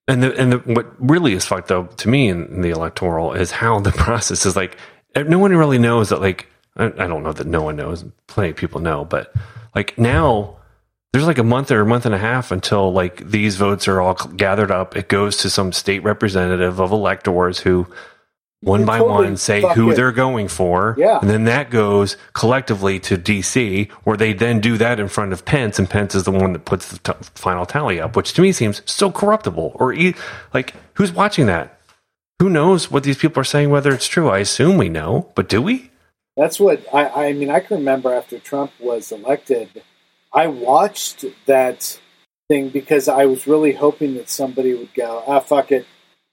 Speaker 1: And the and the, what really is fucked up to me in, in the electoral is how the <laughs> process is like. e, No one really knows that. Like, I, I don't know that no one knows. Plenty of people know, but like now, there's like a month or a month and a half until like these votes are all gathered up. It goes to some state representative of electors who one
Speaker 4: You're
Speaker 1: by
Speaker 4: totally
Speaker 1: one say who
Speaker 4: fucking-
Speaker 1: they're going for.
Speaker 4: Yeah.
Speaker 1: And then that goes collectively to DC, where they then do that in front of Pence, and Pence is the one that puts the t- final tally up, which to me seems so corruptible. Or e- like, who's watching that? Who knows what these people are saying, whether it's true? I assume we know, but do we?
Speaker 4: That's what I, I mean. I can remember after Trump was elected, I watched that thing because I was really hoping that somebody would go, ah, fuck it.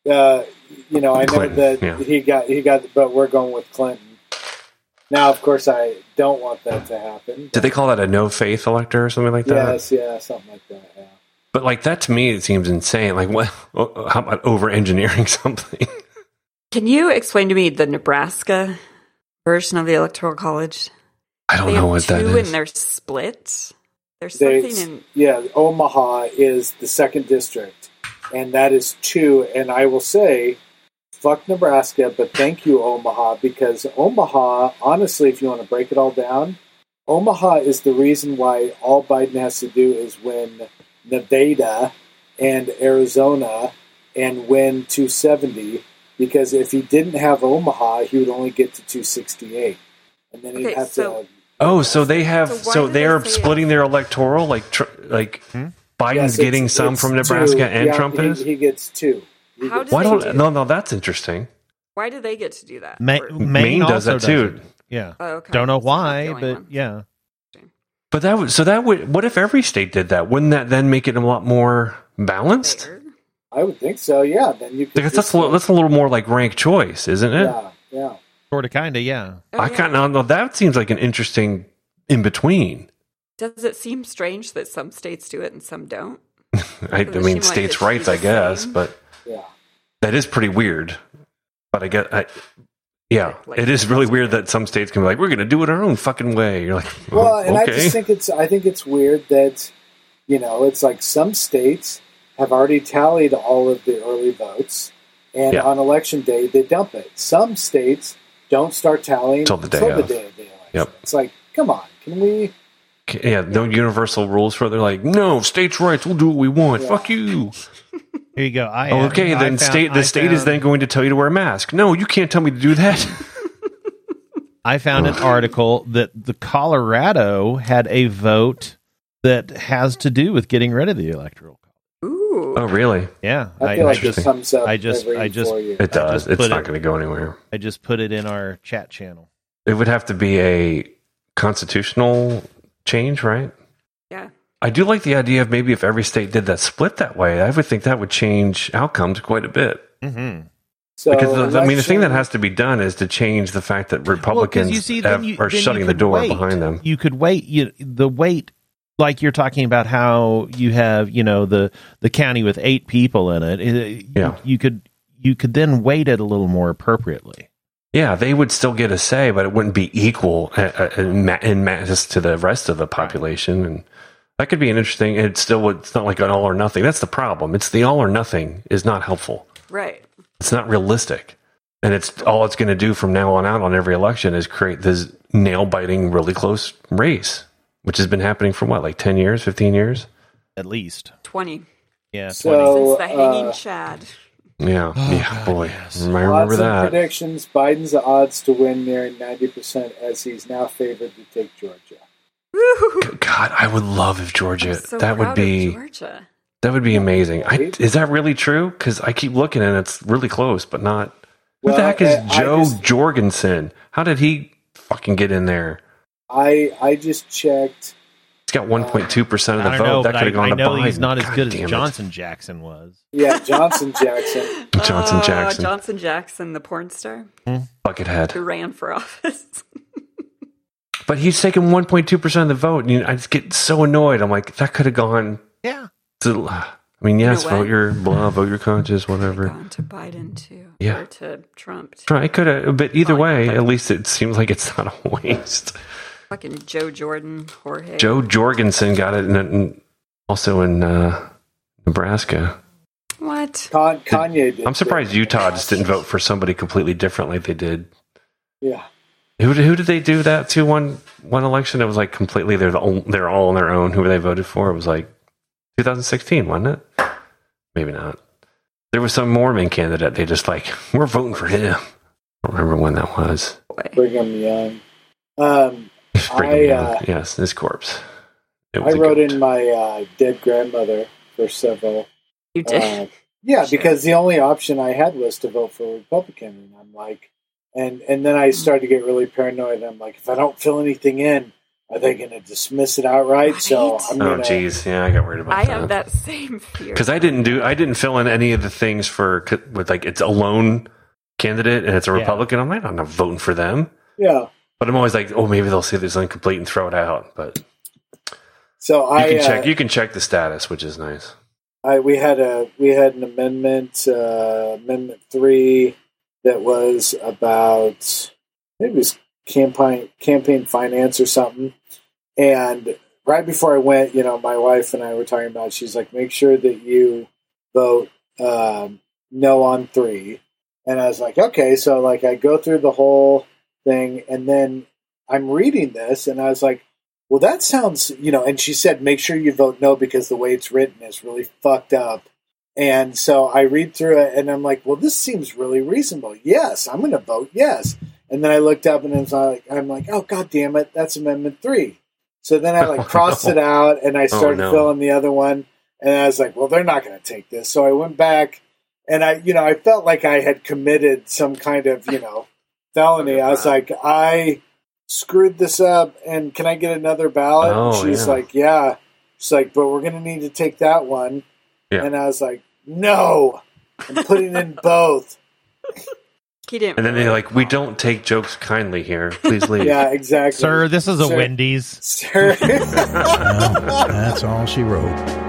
Speaker 4: Uh, you know, I
Speaker 1: Clinton,
Speaker 4: know that
Speaker 1: yeah.
Speaker 4: he got he got, but we're going with Clinton. Now, of course, I don't want that to happen.
Speaker 1: Did they call that a no faith elector or something like that?
Speaker 4: Yes, yeah, something like that. Yeah.
Speaker 1: But like that to me, it seems insane. Like, what? <laughs> How about over engineering <laughs> something?
Speaker 2: Can you explain to me the Nebraska version of the electoral college?
Speaker 1: I don't
Speaker 2: They
Speaker 1: know
Speaker 2: have
Speaker 1: what that
Speaker 2: two
Speaker 1: is.
Speaker 2: and they're split. There's
Speaker 4: They,
Speaker 2: something in
Speaker 4: yeah, Omaha is the second district, and that is two. And I will say, fuck Nebraska, but thank you, Omaha, because Omaha, honestly, if you want to break it all down, Omaha is the reason why all Biden has to do is win Nevada and Arizona and win 270. Because if he didn't have Omaha, he would only get to 268. And then he'd
Speaker 2: Okay,
Speaker 4: have
Speaker 2: so-
Speaker 4: to.
Speaker 1: Oh, so they have
Speaker 2: So
Speaker 1: so,
Speaker 2: why do
Speaker 1: they
Speaker 2: they
Speaker 1: are
Speaker 2: say
Speaker 1: splitting their electoral like tr- like
Speaker 4: Yes,
Speaker 1: Biden's
Speaker 4: it's-
Speaker 1: getting some
Speaker 4: it's
Speaker 1: from
Speaker 4: two.
Speaker 1: Nebraska and
Speaker 4: Yeah,
Speaker 1: Trump
Speaker 4: he,
Speaker 1: is.
Speaker 4: He gets two. He
Speaker 2: How
Speaker 4: gets
Speaker 2: does
Speaker 1: Why
Speaker 2: they
Speaker 1: don't
Speaker 2: do
Speaker 1: no no that's interesting.
Speaker 2: why do they get to do that?
Speaker 3: Ma-
Speaker 2: Or-
Speaker 3: Maine,
Speaker 1: Maine does
Speaker 3: also
Speaker 1: that too.
Speaker 3: does it. Yeah.
Speaker 2: Oh, okay.
Speaker 3: Don't know
Speaker 2: It's not the
Speaker 3: why,
Speaker 2: only
Speaker 3: but
Speaker 2: one.
Speaker 3: yeah.
Speaker 1: But that would so that would what if every state did that? Wouldn't that then make it a lot more balanced?
Speaker 2: Fair.
Speaker 4: I would think so. Yeah, then you. Could
Speaker 1: Because that's
Speaker 4: just-
Speaker 1: a little, that's a little more like rank choice, isn't it?
Speaker 4: yeah, yeah.
Speaker 3: Sort of, kind of, yeah.
Speaker 2: Oh,
Speaker 1: I
Speaker 2: yeah.
Speaker 1: kind of know that seems like an interesting in between.
Speaker 2: Does it seem strange that some states do it and some don't?
Speaker 1: I, I
Speaker 2: Doesn't seem
Speaker 1: mean,
Speaker 2: like it
Speaker 1: states'
Speaker 2: should be
Speaker 1: rights,
Speaker 2: the
Speaker 1: I guess,
Speaker 2: same.
Speaker 1: but
Speaker 4: Yeah.
Speaker 1: that is pretty weird. But I guess I, Yeah,
Speaker 2: Like-
Speaker 1: it is really weird that some states can be like, "We're going to do it our own fucking way." You're like,
Speaker 4: Well, and I
Speaker 1: Oh, okay,
Speaker 4: just think it's I think it's weird that you know it's like some states have already tallied all of the early votes, and
Speaker 1: Yeah.
Speaker 4: on election day they dump it. Some states don't start tallying
Speaker 1: Till the day
Speaker 4: until
Speaker 1: of.
Speaker 4: the day of the election.
Speaker 1: Yep.
Speaker 4: It's like, come on, can we?
Speaker 1: yeah, no universal rules for. They're like, "No, states' rights. We'll do what we want.
Speaker 4: Yeah.
Speaker 1: Fuck you."
Speaker 3: Here you go. I
Speaker 1: Oh,
Speaker 3: uh,
Speaker 1: okay, then
Speaker 3: I found-
Speaker 1: state
Speaker 3: I
Speaker 1: the state is
Speaker 3: found-
Speaker 1: then going to tell you to wear a mask. No, you can't tell me to do
Speaker 3: <laughs>
Speaker 1: that.
Speaker 3: I found an article that the Colorado had a vote that has to do with getting rid of the electoral. college.
Speaker 2: Ooh.
Speaker 1: oh, really?
Speaker 3: Yeah,
Speaker 4: I feel like this
Speaker 1: just-
Speaker 4: comes up.
Speaker 3: I just-
Speaker 4: every
Speaker 3: I just-
Speaker 4: four years.
Speaker 1: It
Speaker 3: I
Speaker 1: does.
Speaker 3: just
Speaker 1: It's
Speaker 3: put
Speaker 1: not
Speaker 3: it-
Speaker 1: going to go anywhere.
Speaker 3: I just put it in our chat channel.
Speaker 1: It would have to be a constitutional change, right?
Speaker 2: Yeah.
Speaker 1: I do like the idea of maybe if every state did that split that way, I would think that would change outcomes quite a bit.
Speaker 3: Mm-hmm.
Speaker 4: So
Speaker 1: because the, I mean, the thing that
Speaker 4: election-
Speaker 1: has to be done is to change the fact that Republicans have- are shutting the door behind them.
Speaker 3: You could wait. You, the wait, like you're talking about how you have, you know, the the county with eight people in it. it-
Speaker 1: Yeah.
Speaker 3: you, you could you could then weight it a little more appropriately.
Speaker 1: Yeah, they would still get a say, but it wouldn't be equal uh, uh, in, ma- in mass to the rest of the population, and that could be an interesting. It still would. It's not like an all or nothing. That's the problem. It's the all or nothing is not helpful.
Speaker 2: Right.
Speaker 1: It's not realistic, and it's all it's going to do from now on out on every election is create this nail biting, really close race, which has been happening for what, like ten years, fifteen years.
Speaker 3: At least,
Speaker 2: 20.
Speaker 3: yeah.
Speaker 4: So-
Speaker 2: Since
Speaker 4: Oh,
Speaker 2: the hanging
Speaker 4: uh,
Speaker 2: Chad.
Speaker 1: Yeah,
Speaker 3: Oh,
Speaker 1: yeah, boy, I
Speaker 4: Odds
Speaker 1: remember
Speaker 4: and
Speaker 1: that.
Speaker 4: predictions: Biden's odds to win nearing ninety percent, as he's now favored to take Georgia.
Speaker 2: Woo!
Speaker 1: God, I would love if Georgia.
Speaker 2: I'm so
Speaker 1: that
Speaker 2: proud
Speaker 1: would
Speaker 2: of
Speaker 1: be.
Speaker 2: Georgia.
Speaker 1: That would be amazing. I,
Speaker 4: Right?
Speaker 1: is that really true? Because I keep looking and it's really close, but not. Who the
Speaker 4: Well,
Speaker 1: heck is
Speaker 4: uh, I
Speaker 1: Joe
Speaker 4: just-
Speaker 1: Jorgensen? How did he fucking get in there?
Speaker 4: I I just checked.
Speaker 1: He's got 1.2 percent of
Speaker 3: I
Speaker 1: the
Speaker 3: don't
Speaker 1: vote.
Speaker 3: know,
Speaker 1: that
Speaker 3: but
Speaker 1: could have
Speaker 3: I,
Speaker 1: gone
Speaker 3: I
Speaker 1: to
Speaker 3: know
Speaker 1: Biden.
Speaker 3: he's not as
Speaker 1: God
Speaker 3: good
Speaker 1: damn
Speaker 3: as
Speaker 1: it.
Speaker 3: Johnson Jackson was.
Speaker 4: Yeah, Johnson Jackson.
Speaker 1: <laughs> Johnson
Speaker 2: Oh,
Speaker 1: Jackson,
Speaker 2: Johnson Jackson, the porn star who
Speaker 1: buckethead.
Speaker 2: ran for <laughs> office.
Speaker 1: But he's taking 1.2 percent of the vote, and you know, I just get so annoyed. I'm like, that could have gone.
Speaker 3: Yeah,
Speaker 1: To, I mean, yes,
Speaker 2: You know what?
Speaker 1: vote your blah, vote your conscience,
Speaker 2: <laughs>
Speaker 1: whatever.
Speaker 2: Gone to Biden too.
Speaker 1: Yeah.
Speaker 2: Or to Trump. too.
Speaker 1: Try, it could have. But either
Speaker 2: Fine.
Speaker 1: way, at least it seems like it's <laughs> not a waste.
Speaker 2: Fucking Joe Jordan, Jorge.
Speaker 1: Joe Jorgensen got it, in, in, also in uh, Nebraska.
Speaker 2: What?
Speaker 4: Con- Kanye. Did
Speaker 1: I'm surprised
Speaker 4: did-
Speaker 1: Utah just didn't vote for somebody completely different like they did.
Speaker 4: Yeah,
Speaker 1: Who, who did they do that to one one election? It was like completely they're the ol they're all on their own. Who they voted for? It was like 2016, wasn't it? Maybe not. There was some Mormon candidate. They just like we're voting for him. I don't remember when that was.
Speaker 2: Boy.
Speaker 4: Brigham Young. Um,
Speaker 1: Brigham
Speaker 4: I,
Speaker 1: Young.
Speaker 4: uh,
Speaker 1: yes, his corpse. It
Speaker 4: I
Speaker 1: a
Speaker 4: wrote
Speaker 1: goat.
Speaker 4: in my uh, dead grandmother for several.
Speaker 2: You <laughs> did.
Speaker 4: Uh, yeah,
Speaker 2: Sure.
Speaker 4: because the only option I had was to vote for a Republican, and I'm like, and and then I
Speaker 2: Mm-hmm.
Speaker 4: started to get really paranoid. And I'm like, if I don't fill anything in, are they going to dismiss it outright? So
Speaker 2: Right.
Speaker 4: I'm
Speaker 1: Oh,
Speaker 4: going to.
Speaker 1: jeez. Yeah, I got worried about
Speaker 2: I
Speaker 1: that.
Speaker 2: have that
Speaker 1: <laughs>
Speaker 2: same fear.
Speaker 1: because I didn't do I didn't fill in any of the things for with like it's a lone candidate and it's a
Speaker 3: Yeah.
Speaker 1: Republican. I'm like I'm not voting for them,
Speaker 4: Yeah.
Speaker 1: but I'm always like, oh, maybe they'll say there's incomplete and throw it out. But you
Speaker 4: So I
Speaker 1: can
Speaker 4: uh,
Speaker 1: check you can check the status, which is nice.
Speaker 4: I, we had a we had an amendment uh, amendment three that was about maybe it was campaign campaign finance or something. And right before I went, you know, my wife and I were talking about. She's like, make sure that you vote um, no on three. And I was like, okay, so like I go through the whole thing, and then I'm reading this, and I was like, well, that sounds, you know, and she said, make sure you vote no because the way it's written is really fucked up. And so I read through it and I'm like, well, this seems really reasonable. Yes, I'm going to vote yes. And then I looked up and I was like, I'm like, oh, God damn it, that's Amendment 3. So then I like crossed it out and I started
Speaker 1: Oh, no.
Speaker 4: filling the other one. And I was like, well, they're not going to take this. So I went back and I, you know, I felt like I had committed some kind of, you
Speaker 1: <laughs>
Speaker 4: know, felony. I was like, I screwed this up and can I get another ballot?
Speaker 1: Oh,
Speaker 4: and she's
Speaker 1: yeah.
Speaker 4: like, yeah. She's like, but we're going to need to take that one.
Speaker 1: Yeah.
Speaker 4: And I was like, no, I'm
Speaker 1: <laughs>
Speaker 4: putting in both.
Speaker 2: He didn't.
Speaker 1: And then
Speaker 2: really
Speaker 1: they're like, we
Speaker 2: call.
Speaker 1: don't take jokes kindly here.
Speaker 4: <laughs>
Speaker 1: Please leave.
Speaker 4: Yeah, exactly.
Speaker 3: sir, this is a
Speaker 4: Sir.
Speaker 3: Wendy's.
Speaker 4: Sir. <laughs>
Speaker 5: Well, <laughs> that's all she wrote.